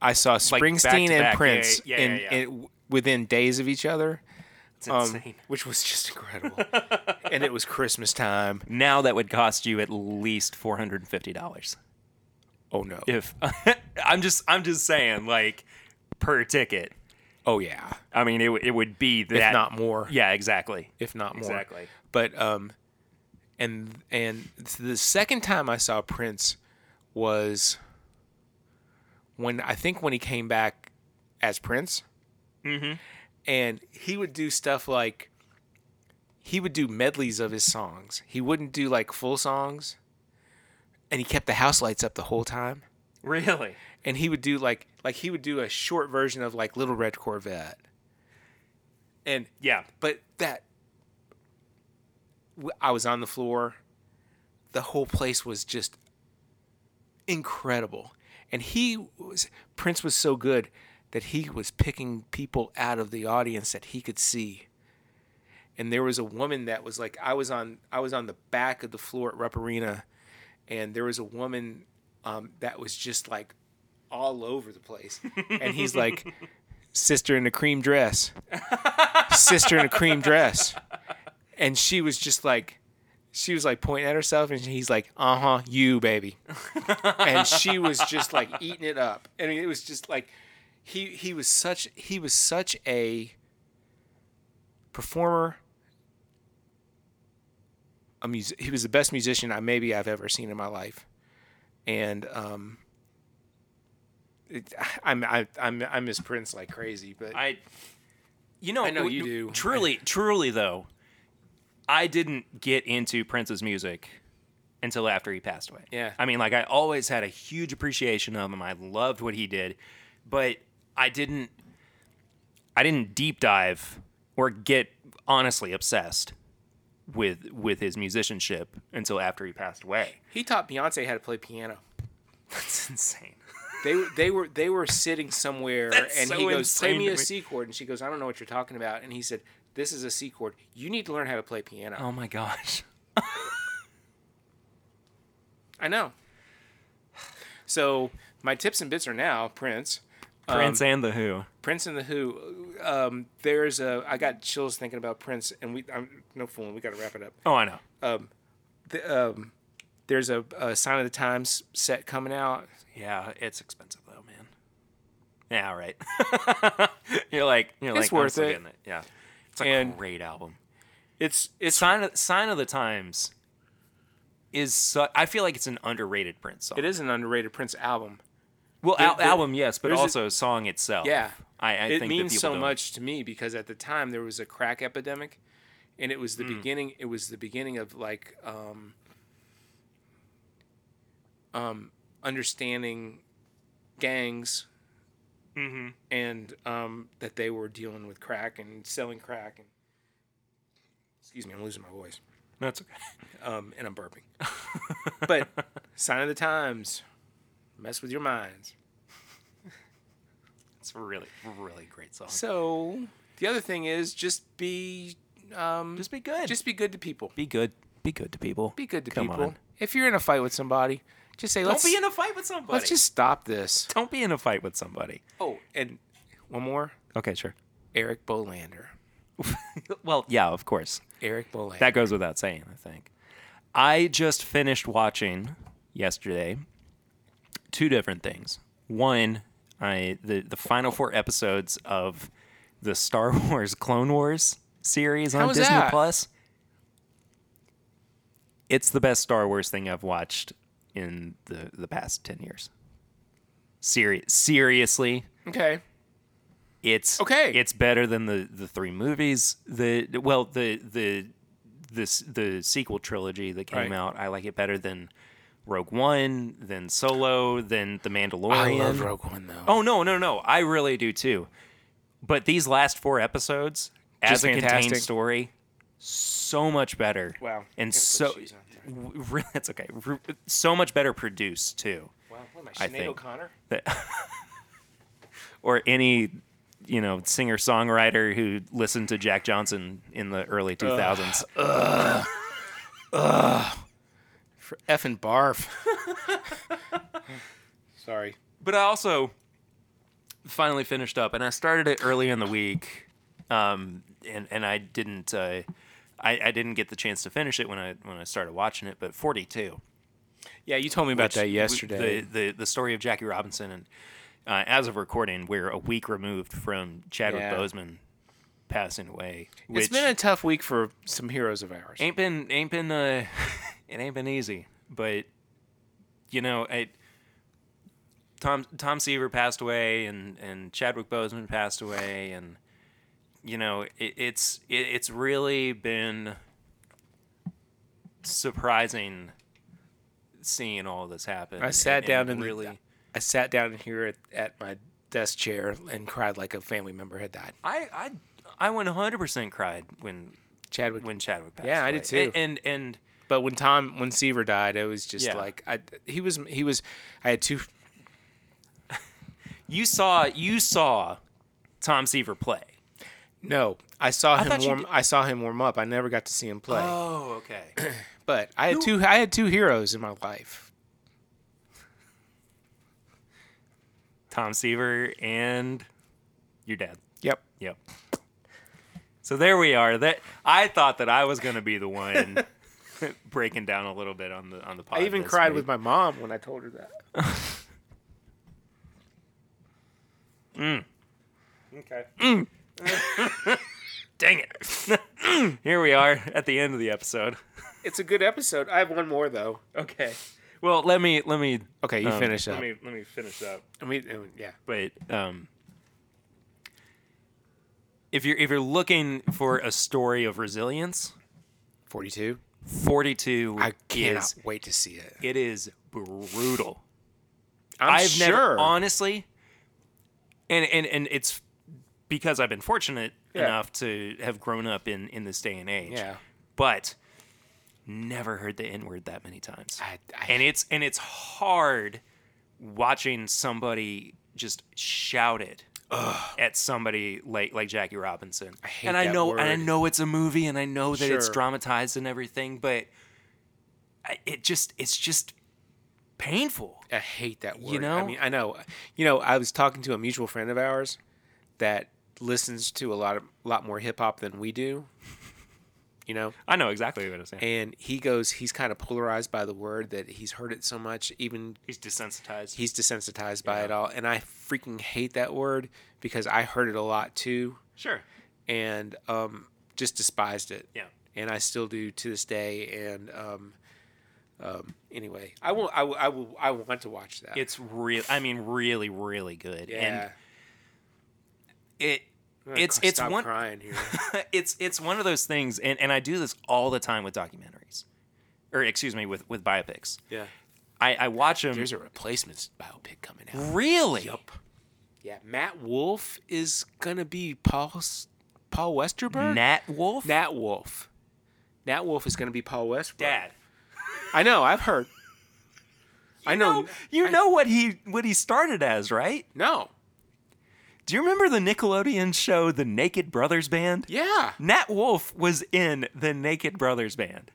[SPEAKER 2] I saw Springsteen
[SPEAKER 1] back to
[SPEAKER 2] and
[SPEAKER 1] back. Yeah,
[SPEAKER 2] Prince
[SPEAKER 1] yeah, yeah,
[SPEAKER 2] in,
[SPEAKER 1] yeah.
[SPEAKER 2] in- within days of each other,
[SPEAKER 1] it's
[SPEAKER 2] um,
[SPEAKER 1] insane.
[SPEAKER 2] which was just incredible. and it was Christmas time.
[SPEAKER 1] now that would cost you at least four hundred and fifty dollars.
[SPEAKER 2] Oh no!
[SPEAKER 1] If I'm just I'm just saying like per ticket.
[SPEAKER 2] Oh yeah!
[SPEAKER 1] I mean it w- it would be that
[SPEAKER 2] If not more.
[SPEAKER 1] Yeah, exactly.
[SPEAKER 2] If not more.
[SPEAKER 1] Exactly.
[SPEAKER 2] But um, and and the second time I saw Prince was when I think when he came back as Prince, mm-hmm. and he would do stuff like he would do medleys of his songs. He wouldn't do like full songs, and he kept the house lights up the whole time.
[SPEAKER 1] Really?
[SPEAKER 2] And he would do like like he would do a short version of like Little Red Corvette, and
[SPEAKER 1] Yeah.
[SPEAKER 2] but that w- I was on the floor. The whole place was just incredible. And he was Prince was so good that he was picking people out of the audience that he could see. And there was a woman that was like I was on I was on the back of the floor at Rep Arena and there was a woman um, that was just like all over the place, and he's like, "Sister in a cream dress, sister in a cream dress," and she was just like, she was like pointing at herself, and he's like, "Uh huh, you baby," and she was just like eating it up. I mean, it was just like he he was such he was such a performer a mus- he was the best musician I maybe I've ever seen in my life, and um, it, I'm I, I'm I miss Prince like crazy, but
[SPEAKER 1] I, you know,
[SPEAKER 2] I know you
[SPEAKER 1] w-
[SPEAKER 2] do.
[SPEAKER 1] Truly, truly though, I didn't get into Prince's music until after he passed away.
[SPEAKER 2] Yeah.
[SPEAKER 1] I mean, like I always had a huge appreciation of him. I loved what he did, but I didn't, I didn't deep dive or get honestly obsessed with with his musicianship until after he passed away.
[SPEAKER 2] he taught Beyonce how to play piano.
[SPEAKER 1] That's insane.
[SPEAKER 2] They were they were they were sitting somewhere,
[SPEAKER 1] That's
[SPEAKER 2] and
[SPEAKER 1] so
[SPEAKER 2] he goes, "Play
[SPEAKER 1] insane
[SPEAKER 2] me
[SPEAKER 1] to
[SPEAKER 2] a
[SPEAKER 1] me."
[SPEAKER 2] C chord," and she goes, "I don't know what you're talking about," and he said, "This is a C chord. You need to learn how to play piano."
[SPEAKER 1] Oh my gosh.
[SPEAKER 2] I know. So my tips and bits are now Prince.
[SPEAKER 1] Prince and the Who.
[SPEAKER 2] Prince and the Who. Um, there's a. I got chills thinking about Prince, and we. I'm no fooling. We got to wrap it up.
[SPEAKER 1] Oh, I know.
[SPEAKER 2] the, um, there's a, a Sign of the Times set coming out.
[SPEAKER 1] Yeah, it's expensive though, man. Yeah, all right. you're like, you're
[SPEAKER 2] It's
[SPEAKER 1] like, I'm
[SPEAKER 2] worth
[SPEAKER 1] still
[SPEAKER 2] it.
[SPEAKER 1] getting Yeah, it's a
[SPEAKER 2] And-
[SPEAKER 1] great album.
[SPEAKER 2] It's
[SPEAKER 1] It's sign of, sign of the times. Is su- I feel like it's an underrated Prince song.
[SPEAKER 2] it is an underrated Prince album.
[SPEAKER 1] Well,
[SPEAKER 2] There-
[SPEAKER 1] al-
[SPEAKER 2] there-
[SPEAKER 1] album yes, but
[SPEAKER 2] there's a-
[SPEAKER 1] also song itself.
[SPEAKER 2] Yeah,
[SPEAKER 1] I, I
[SPEAKER 2] it
[SPEAKER 1] think that
[SPEAKER 2] means
[SPEAKER 1] people
[SPEAKER 2] so
[SPEAKER 1] don't-
[SPEAKER 2] much to me because at the time there was a crack epidemic, and it was
[SPEAKER 1] Hmm.
[SPEAKER 2] the beginning. It was the beginning of like um, um, understanding gangs,
[SPEAKER 1] Mm-hmm.
[SPEAKER 2] and um, that they were dealing with crack and selling crack. And excuse me, I'm losing my voice.
[SPEAKER 1] That's okay.
[SPEAKER 2] um, and I'm burping. but sign of the times, mess with your minds.
[SPEAKER 1] It's a really, really great song.
[SPEAKER 2] So the other thing is just be um,
[SPEAKER 1] just be good.
[SPEAKER 2] just be good to people.
[SPEAKER 1] be good. Be good to people.
[SPEAKER 2] Be good to
[SPEAKER 1] Come
[SPEAKER 2] people.
[SPEAKER 1] on.
[SPEAKER 2] If you're in a fight with somebody, just say
[SPEAKER 1] Don't
[SPEAKER 2] let's
[SPEAKER 1] be in a fight with somebody.
[SPEAKER 2] let's just stop this.
[SPEAKER 1] don't be in a fight with somebody.
[SPEAKER 2] Oh, and one more,
[SPEAKER 1] Okay, sure.
[SPEAKER 2] Eric Bolander.
[SPEAKER 1] well, yeah, of course.
[SPEAKER 2] Eric Bolander.
[SPEAKER 1] That goes without saying, I think. I just finished watching yesterday two different things. One, I the, the final four episodes of the Star Wars Clone Wars series on
[SPEAKER 2] was
[SPEAKER 1] Disney
[SPEAKER 2] that?
[SPEAKER 1] Plus. It's the best Star Wars thing I've watched in the, the past ten years. Seri- seriously,
[SPEAKER 2] okay.
[SPEAKER 1] it's
[SPEAKER 2] Okay.
[SPEAKER 1] It's better than the the three movies. The well, the the this the sequel trilogy that came
[SPEAKER 2] Right.
[SPEAKER 1] out. I like it better than Rogue One, than Solo, than The Mandalorian.
[SPEAKER 2] I love Rogue One though.
[SPEAKER 1] Oh no, no, no! I really do too. But these last four episodes, as
[SPEAKER 2] Just
[SPEAKER 1] a contained
[SPEAKER 2] fantastic.
[SPEAKER 1] story, so much better.
[SPEAKER 2] Wow.
[SPEAKER 1] And
[SPEAKER 2] I gotta put
[SPEAKER 1] so,
[SPEAKER 2] shoes on. Sorry.
[SPEAKER 1] w- re- that's okay. Re- So much better produced too.
[SPEAKER 2] Wow, what am I,
[SPEAKER 1] I
[SPEAKER 2] Sinead
[SPEAKER 1] think.
[SPEAKER 2] O'Connor?
[SPEAKER 1] that or any you know singer songwriter who listened to Jack Johnson in the early 2000s.
[SPEAKER 2] For effing barf. Sorry.
[SPEAKER 1] But I also finally finished up, and I started it early in the week, um, and and I didn't uh, I, I didn't get the chance to finish it when I when I started watching it. But 42.
[SPEAKER 2] Yeah, you told me about that yesterday.
[SPEAKER 1] The, the the story of Jackie Robinson, and uh, as of recording, we're a week removed from Chadwick
[SPEAKER 2] Yeah.
[SPEAKER 1] Boseman passing away.
[SPEAKER 2] it's been a tough week for some heroes of ours.
[SPEAKER 1] ain't been ain't been uh it ain't been easy but you know I Tom Tom Seaver passed away and and Chadwick Boseman passed away and you know it, it's it, it's really been surprising seeing all this happen
[SPEAKER 2] I sat down and
[SPEAKER 1] really
[SPEAKER 2] I sat down here at, at my desk chair and cried like a family member had died.
[SPEAKER 1] I I I 100% cried when
[SPEAKER 2] Chadwick.
[SPEAKER 1] when Chadwick passed
[SPEAKER 2] Yeah, I
[SPEAKER 1] away.
[SPEAKER 2] did too.
[SPEAKER 1] and and
[SPEAKER 2] but when Tom when Seaver died, it was just
[SPEAKER 1] Yeah.
[SPEAKER 2] like I he was he was I had two
[SPEAKER 1] you saw you saw Tom Seaver play
[SPEAKER 2] no I saw him
[SPEAKER 1] thought you
[SPEAKER 2] warm
[SPEAKER 1] did-
[SPEAKER 2] I saw him warm up. I never got to see him play.
[SPEAKER 1] Oh, okay.
[SPEAKER 2] But I had two I had two heroes in my life.
[SPEAKER 1] Tom Seaver and your dad.
[SPEAKER 2] Yep.
[SPEAKER 1] Yep. So there we are. That I thought that I was going to be the one breaking down a little bit on the on the podcast.
[SPEAKER 2] I even cried with my mom when I told her that. Mm. Okay.
[SPEAKER 1] Dang it! Here we are at the end of the episode.
[SPEAKER 2] It's a good episode. I have one more though.
[SPEAKER 1] Okay. Well, let me let me
[SPEAKER 2] Okay, you
[SPEAKER 1] um,
[SPEAKER 2] finish up.
[SPEAKER 1] Let me let me finish up.
[SPEAKER 2] I mean, uh, yeah.
[SPEAKER 1] But um, if you're if you're looking for a story of resilience,
[SPEAKER 2] 42.
[SPEAKER 1] 42
[SPEAKER 2] I cannot
[SPEAKER 1] is
[SPEAKER 2] wait to see it.
[SPEAKER 1] it is brutal.
[SPEAKER 2] I'm
[SPEAKER 1] i have
[SPEAKER 2] sure.
[SPEAKER 1] never honestly and, and and it's because I've been fortunate
[SPEAKER 2] Yeah.
[SPEAKER 1] enough to have grown up in in this day and age.
[SPEAKER 2] yeah.
[SPEAKER 1] But never heard the N word that many times.
[SPEAKER 2] I, I,
[SPEAKER 1] and it's and it's hard watching somebody just shout it at somebody like like Jackie Robinson. I
[SPEAKER 2] hate
[SPEAKER 1] and I
[SPEAKER 2] that
[SPEAKER 1] know and I
[SPEAKER 2] word.
[SPEAKER 1] know it's a movie and I know that it's
[SPEAKER 2] Sure.
[SPEAKER 1] dramatized and everything, but I- it just it's just painful.
[SPEAKER 2] I hate that word.
[SPEAKER 1] You know?
[SPEAKER 2] I mean, I know. You know, I was talking to a mutual friend of ours that listens to a lot of lot more hip hop than we do. You know,
[SPEAKER 1] I know exactly what I'm saying.
[SPEAKER 2] and he goes, he's kind of polarized by the word that he's heard it so much, even
[SPEAKER 1] He's desensitized.
[SPEAKER 2] he's desensitized by it all. And I freaking hate that word because I heard it a lot too,
[SPEAKER 1] sure.
[SPEAKER 2] and um, just despised it.
[SPEAKER 1] Yeah.
[SPEAKER 2] and I still do to this day. And um, um, anyway, I will, I will, I will, I want to watch that.
[SPEAKER 1] It's real I mean really really good. And it
[SPEAKER 2] I'm gonna
[SPEAKER 1] it's
[SPEAKER 2] cr-
[SPEAKER 1] it's
[SPEAKER 2] stop
[SPEAKER 1] one
[SPEAKER 2] crying here.
[SPEAKER 1] it's it's one of those things and and I do this all the time with documentaries. Or excuse me with with biopics.
[SPEAKER 2] yeah,
[SPEAKER 1] I I watch them
[SPEAKER 2] there's a replacements biopic coming out.
[SPEAKER 1] really
[SPEAKER 2] Yeah, Matt Wolf is gonna be Paul's Paul Westerberg.
[SPEAKER 1] Nat Wolf
[SPEAKER 2] Nat Wolf. Nat Wolf is gonna be Paul Westerberg.
[SPEAKER 1] dad.
[SPEAKER 2] I know. I've heard. I know.
[SPEAKER 1] you know what he what he started as, right?
[SPEAKER 2] No.
[SPEAKER 1] Do you remember the Nickelodeon show The Naked Brothers Band?
[SPEAKER 2] Yeah.
[SPEAKER 1] Nat Wolf was in The Naked Brothers Band.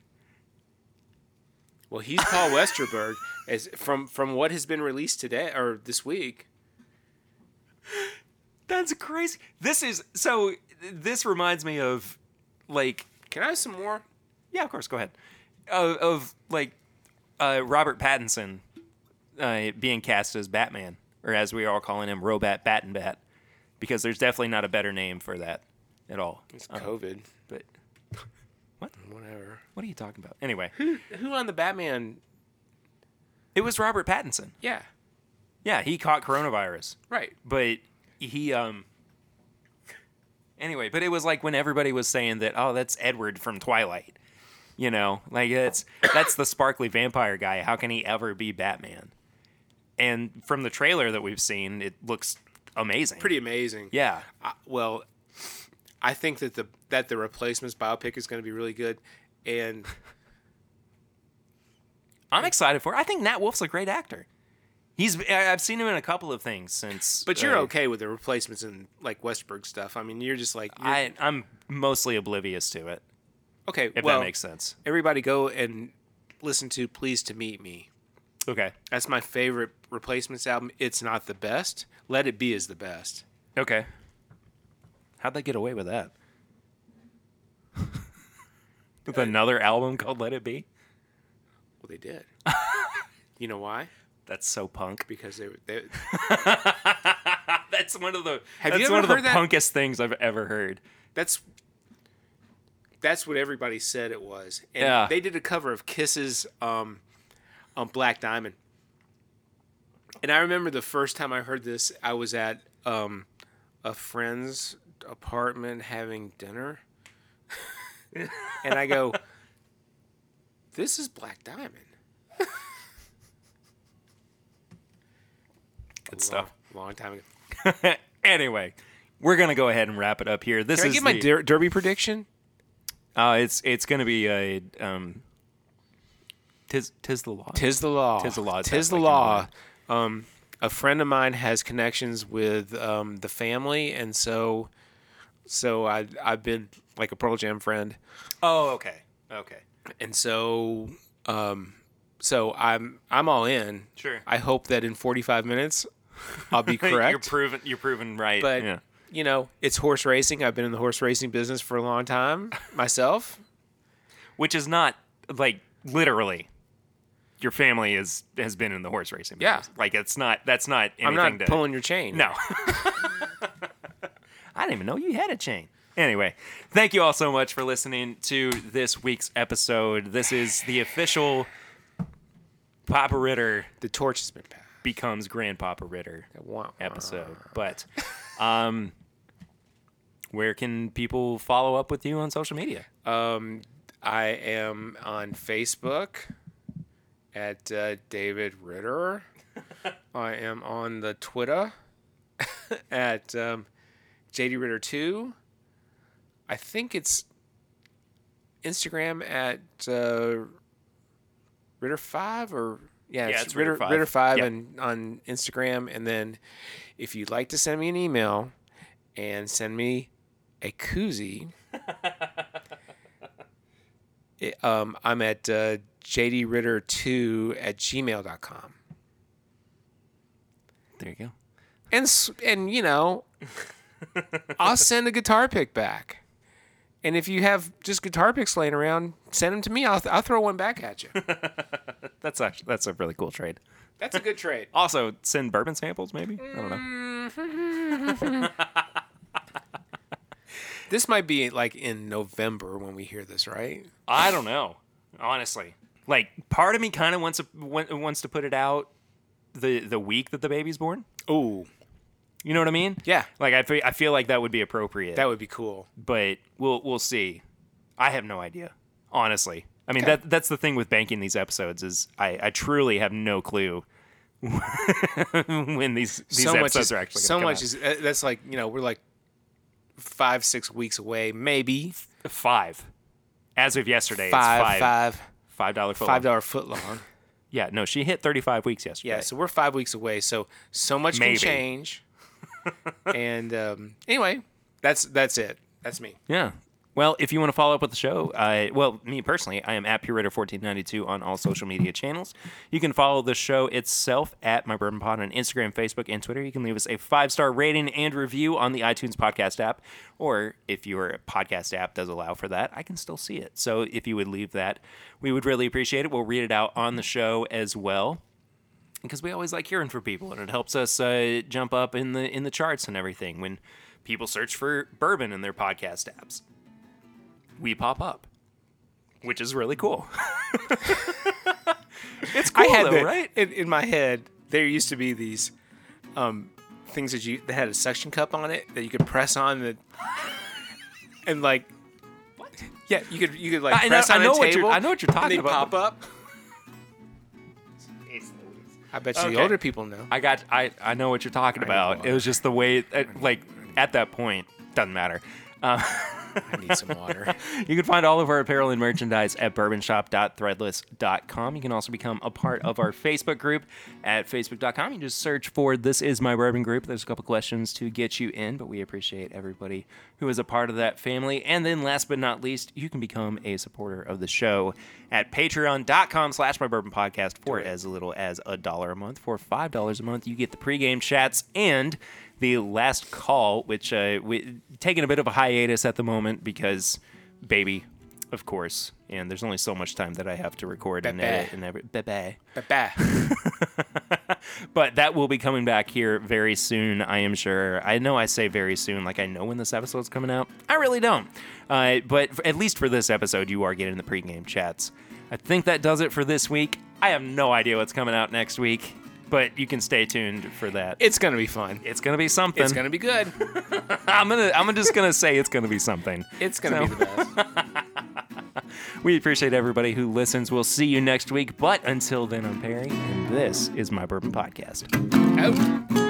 [SPEAKER 2] Well, he's Paul Westerberg. As from from what has been released today or this week.
[SPEAKER 1] That's crazy. This is so. This reminds me of, like,
[SPEAKER 2] Can I have some more?
[SPEAKER 1] yeah, of course, go ahead. Of, of like, uh, Robert Pattinson uh, being cast as Batman, or as we are all calling him, Robat Bat and Bat, because there's definitely not a better name for that at all.
[SPEAKER 2] It's COVID.
[SPEAKER 1] But
[SPEAKER 2] Whatever.
[SPEAKER 1] what are you talking about? Anyway,
[SPEAKER 2] Who on the Batman?
[SPEAKER 1] it was Robert Pattinson.
[SPEAKER 2] Yeah.
[SPEAKER 1] Yeah, he caught coronavirus.
[SPEAKER 2] Right.
[SPEAKER 1] but he um anyway but it was like when everybody was saying that oh that's edward from twilight you know like that's that's the sparkly vampire guy how can he ever be batman and from the trailer that we've seen it looks amazing
[SPEAKER 2] Pretty amazing.
[SPEAKER 1] yeah
[SPEAKER 2] I, well, I think that the that the replacements biopic is going to be really good, and
[SPEAKER 1] i'm excited for it i think nat wolf's a great actor he's I- i've seen him in a couple of things since
[SPEAKER 2] but you're
[SPEAKER 1] uh,
[SPEAKER 2] okay with the replacements and like Westberg stuff. I mean, you're just like you're-
[SPEAKER 1] I, i'm mostly oblivious to it
[SPEAKER 2] okay.
[SPEAKER 1] if
[SPEAKER 2] well,
[SPEAKER 1] that makes sense
[SPEAKER 2] everybody go and listen to "Please to Meet Me."
[SPEAKER 1] okay
[SPEAKER 2] That's my favorite replacements album. It's not the best. Let It Be is the best.
[SPEAKER 1] Okay. How'd they get away with that? with another album called Let It Be?
[SPEAKER 2] Well, they did. you know why?
[SPEAKER 1] That's so punk.
[SPEAKER 2] Because they were. They,
[SPEAKER 1] That's one of the
[SPEAKER 2] Have
[SPEAKER 1] that's
[SPEAKER 2] you
[SPEAKER 1] one
[SPEAKER 2] ever
[SPEAKER 1] of the
[SPEAKER 2] heard that?
[SPEAKER 1] punkest things I've ever heard.
[SPEAKER 2] that's that's what everybody said it was. And
[SPEAKER 1] Yeah.
[SPEAKER 2] They did a cover of Kisses um, on Black Diamond, and I remember the first time I heard this, I was at um, a friend's apartment having dinner, and I go, "This is Black Diamond."
[SPEAKER 1] Good stuff.
[SPEAKER 2] Long, long time ago.
[SPEAKER 1] anyway, we're gonna go ahead and wrap it up here. This
[SPEAKER 2] Can I
[SPEAKER 1] is
[SPEAKER 2] get my
[SPEAKER 1] the-
[SPEAKER 2] der- derby prediction?
[SPEAKER 1] uh, it's it's gonna be a um tis tis the law.
[SPEAKER 2] Tis the law.
[SPEAKER 1] Tis the law. It's
[SPEAKER 2] Tis the
[SPEAKER 1] actually
[SPEAKER 2] law. Um, a friend of mine has connections with um, the family, and so, so I I've been like a Pearl Jam friend.
[SPEAKER 1] oh, okay. Okay.
[SPEAKER 2] and so um, so I'm I'm all in.
[SPEAKER 1] Sure.
[SPEAKER 2] I hope that in 45 minutes I'll be
[SPEAKER 1] you're
[SPEAKER 2] correct.
[SPEAKER 1] proven. You're proven right.
[SPEAKER 2] but
[SPEAKER 1] yeah.
[SPEAKER 2] you know, it's horse racing. I've been in the horse racing business for a long time myself.
[SPEAKER 1] which is not like literally. Your family is has been in the horse racing.
[SPEAKER 2] Yeah.
[SPEAKER 1] business. like it's not. That's not
[SPEAKER 2] I'm
[SPEAKER 1] anything
[SPEAKER 2] not
[SPEAKER 1] to
[SPEAKER 2] pulling your chain.
[SPEAKER 1] No. I didn't even know you had a chain. Anyway, thank you all so much for listening to this week's episode. This is the official Papa Ritter
[SPEAKER 2] The torch has been passed.
[SPEAKER 1] becomes Grandpapa Ritter
[SPEAKER 2] Wow.
[SPEAKER 1] episode. But um where can people follow up with you on social media?
[SPEAKER 2] Um, I am on Facebook at uh, David Ritter. I am on the Twitter at um, JD Ritter two. I think it's Instagram at uh, Ritter five or yeah,
[SPEAKER 1] Yeah,
[SPEAKER 2] it's,
[SPEAKER 1] it's Ritter
[SPEAKER 2] Ritter
[SPEAKER 1] five.
[SPEAKER 2] Ritter five
[SPEAKER 1] Yeah.
[SPEAKER 2] and on Instagram. And then if you'd like to send me an email and send me a koozie. It- um, I'm at uh, jdritter2 at gmail.com.
[SPEAKER 1] There you go.
[SPEAKER 2] And, s- and you know, I'll send a guitar pick back. And if you have just guitar picks laying around, send them to me. I'll, th- I'll throw one back at you.
[SPEAKER 1] That's actually that's a really cool trade.
[SPEAKER 2] That's a good trade.
[SPEAKER 1] Also, send bourbon samples maybe? I don't
[SPEAKER 2] Mm.
[SPEAKER 1] know.
[SPEAKER 2] This might be like in November when we hear this, right?
[SPEAKER 1] I don't know, honestly. Like, part of me kind of wants to wa- wants to put it out the the week that the baby's born.
[SPEAKER 2] Oh,
[SPEAKER 1] You know what I mean?
[SPEAKER 2] Yeah.
[SPEAKER 1] Like I feel, I feel like that would be appropriate.
[SPEAKER 2] that would be cool.
[SPEAKER 1] but we'll we'll see. I have no idea, honestly. I mean that that's the thing with banking these episodes is I, I truly have no clue when these these episodes
[SPEAKER 2] is,
[SPEAKER 1] are actually gonna
[SPEAKER 2] so
[SPEAKER 1] come
[SPEAKER 2] much
[SPEAKER 1] out.
[SPEAKER 2] is uh, that's like you know we're like five six weeks away, maybe
[SPEAKER 1] five as of yesterday.
[SPEAKER 2] five
[SPEAKER 1] it's five
[SPEAKER 2] five
[SPEAKER 1] five dollar
[SPEAKER 2] five dollar foot long.
[SPEAKER 1] Yeah, no, she hit thirty five weeks yesterday.
[SPEAKER 2] Yeah, so we're five weeks away. So so much
[SPEAKER 1] Maybe.
[SPEAKER 2] can change. and um, anyway, that's that's it. That's me.
[SPEAKER 1] Yeah. Well, if you want to follow up with the show, I well, me personally, I am at Purator1492 on all social media channels. You can follow the show itself at My Bourbon Pod on Instagram, Facebook, and Twitter. You can leave us a five star rating and review on the iTunes podcast app, or if your podcast app does allow for that, I can still see it. So if you would leave that, we would really appreciate it. We'll read it out on the show as well because we always like hearing from people and it helps us uh, jump up in the in the charts and everything when people search for bourbon in their podcast apps we pop up which is really cool it's cool
[SPEAKER 2] I had
[SPEAKER 1] though
[SPEAKER 2] the-
[SPEAKER 1] right
[SPEAKER 2] in, in my head. There used to be these um, things that you that had a suction cup on it that you could press on that, and like
[SPEAKER 1] what
[SPEAKER 2] yeah, you could you could like
[SPEAKER 1] I know-
[SPEAKER 2] press
[SPEAKER 1] I
[SPEAKER 2] on
[SPEAKER 1] know
[SPEAKER 2] a
[SPEAKER 1] what you're-
[SPEAKER 2] table.
[SPEAKER 1] I know what you're
[SPEAKER 2] and
[SPEAKER 1] talking
[SPEAKER 2] they
[SPEAKER 1] about,
[SPEAKER 2] Pop up. I bet you
[SPEAKER 1] Okay.
[SPEAKER 2] the older people know.
[SPEAKER 1] i got i i know what you're talking about it was just the way it, like at that point doesn't matter
[SPEAKER 2] I need some water.
[SPEAKER 1] You can find all of our apparel and merchandise at bourbonshop.threadless.com. You can also become a part of our Facebook group at facebook.com. You just search for This Is My Bourbon Group. There's a couple questions to get you in, but we appreciate everybody who is a part of that family. And then last but not least, you can become a supporter of the show at patreon.com slash my bourbon podcast for as little as a dollar a month. For five dollars a month, you get the pregame chats and the last call, which uh, we taking a bit of a hiatus at the moment because baby, of course. And there's only so much time that I have to record and
[SPEAKER 2] Bebe.
[SPEAKER 1] edit and every bebe.
[SPEAKER 2] Ba-ba.
[SPEAKER 1] But that will be coming back here very soon, I am sure. I know I say very soon, like I know when this episode's coming out. I really don't. Uh, but f- at least for this episode, you are getting the pregame chats. I think that does it for this week. I have no idea what's coming out next week, but you can stay tuned for that.
[SPEAKER 2] It's gonna be fun.
[SPEAKER 1] It's gonna be something.
[SPEAKER 2] It's gonna be good.
[SPEAKER 1] I'm gonna. I'm just gonna say it's gonna be something.
[SPEAKER 2] It's gonna
[SPEAKER 1] So-
[SPEAKER 2] be the best.
[SPEAKER 1] We appreciate everybody who listens. We'll see you next week. But until then, I'm Perry, and this is my Bourbon Podcast.
[SPEAKER 2] Out.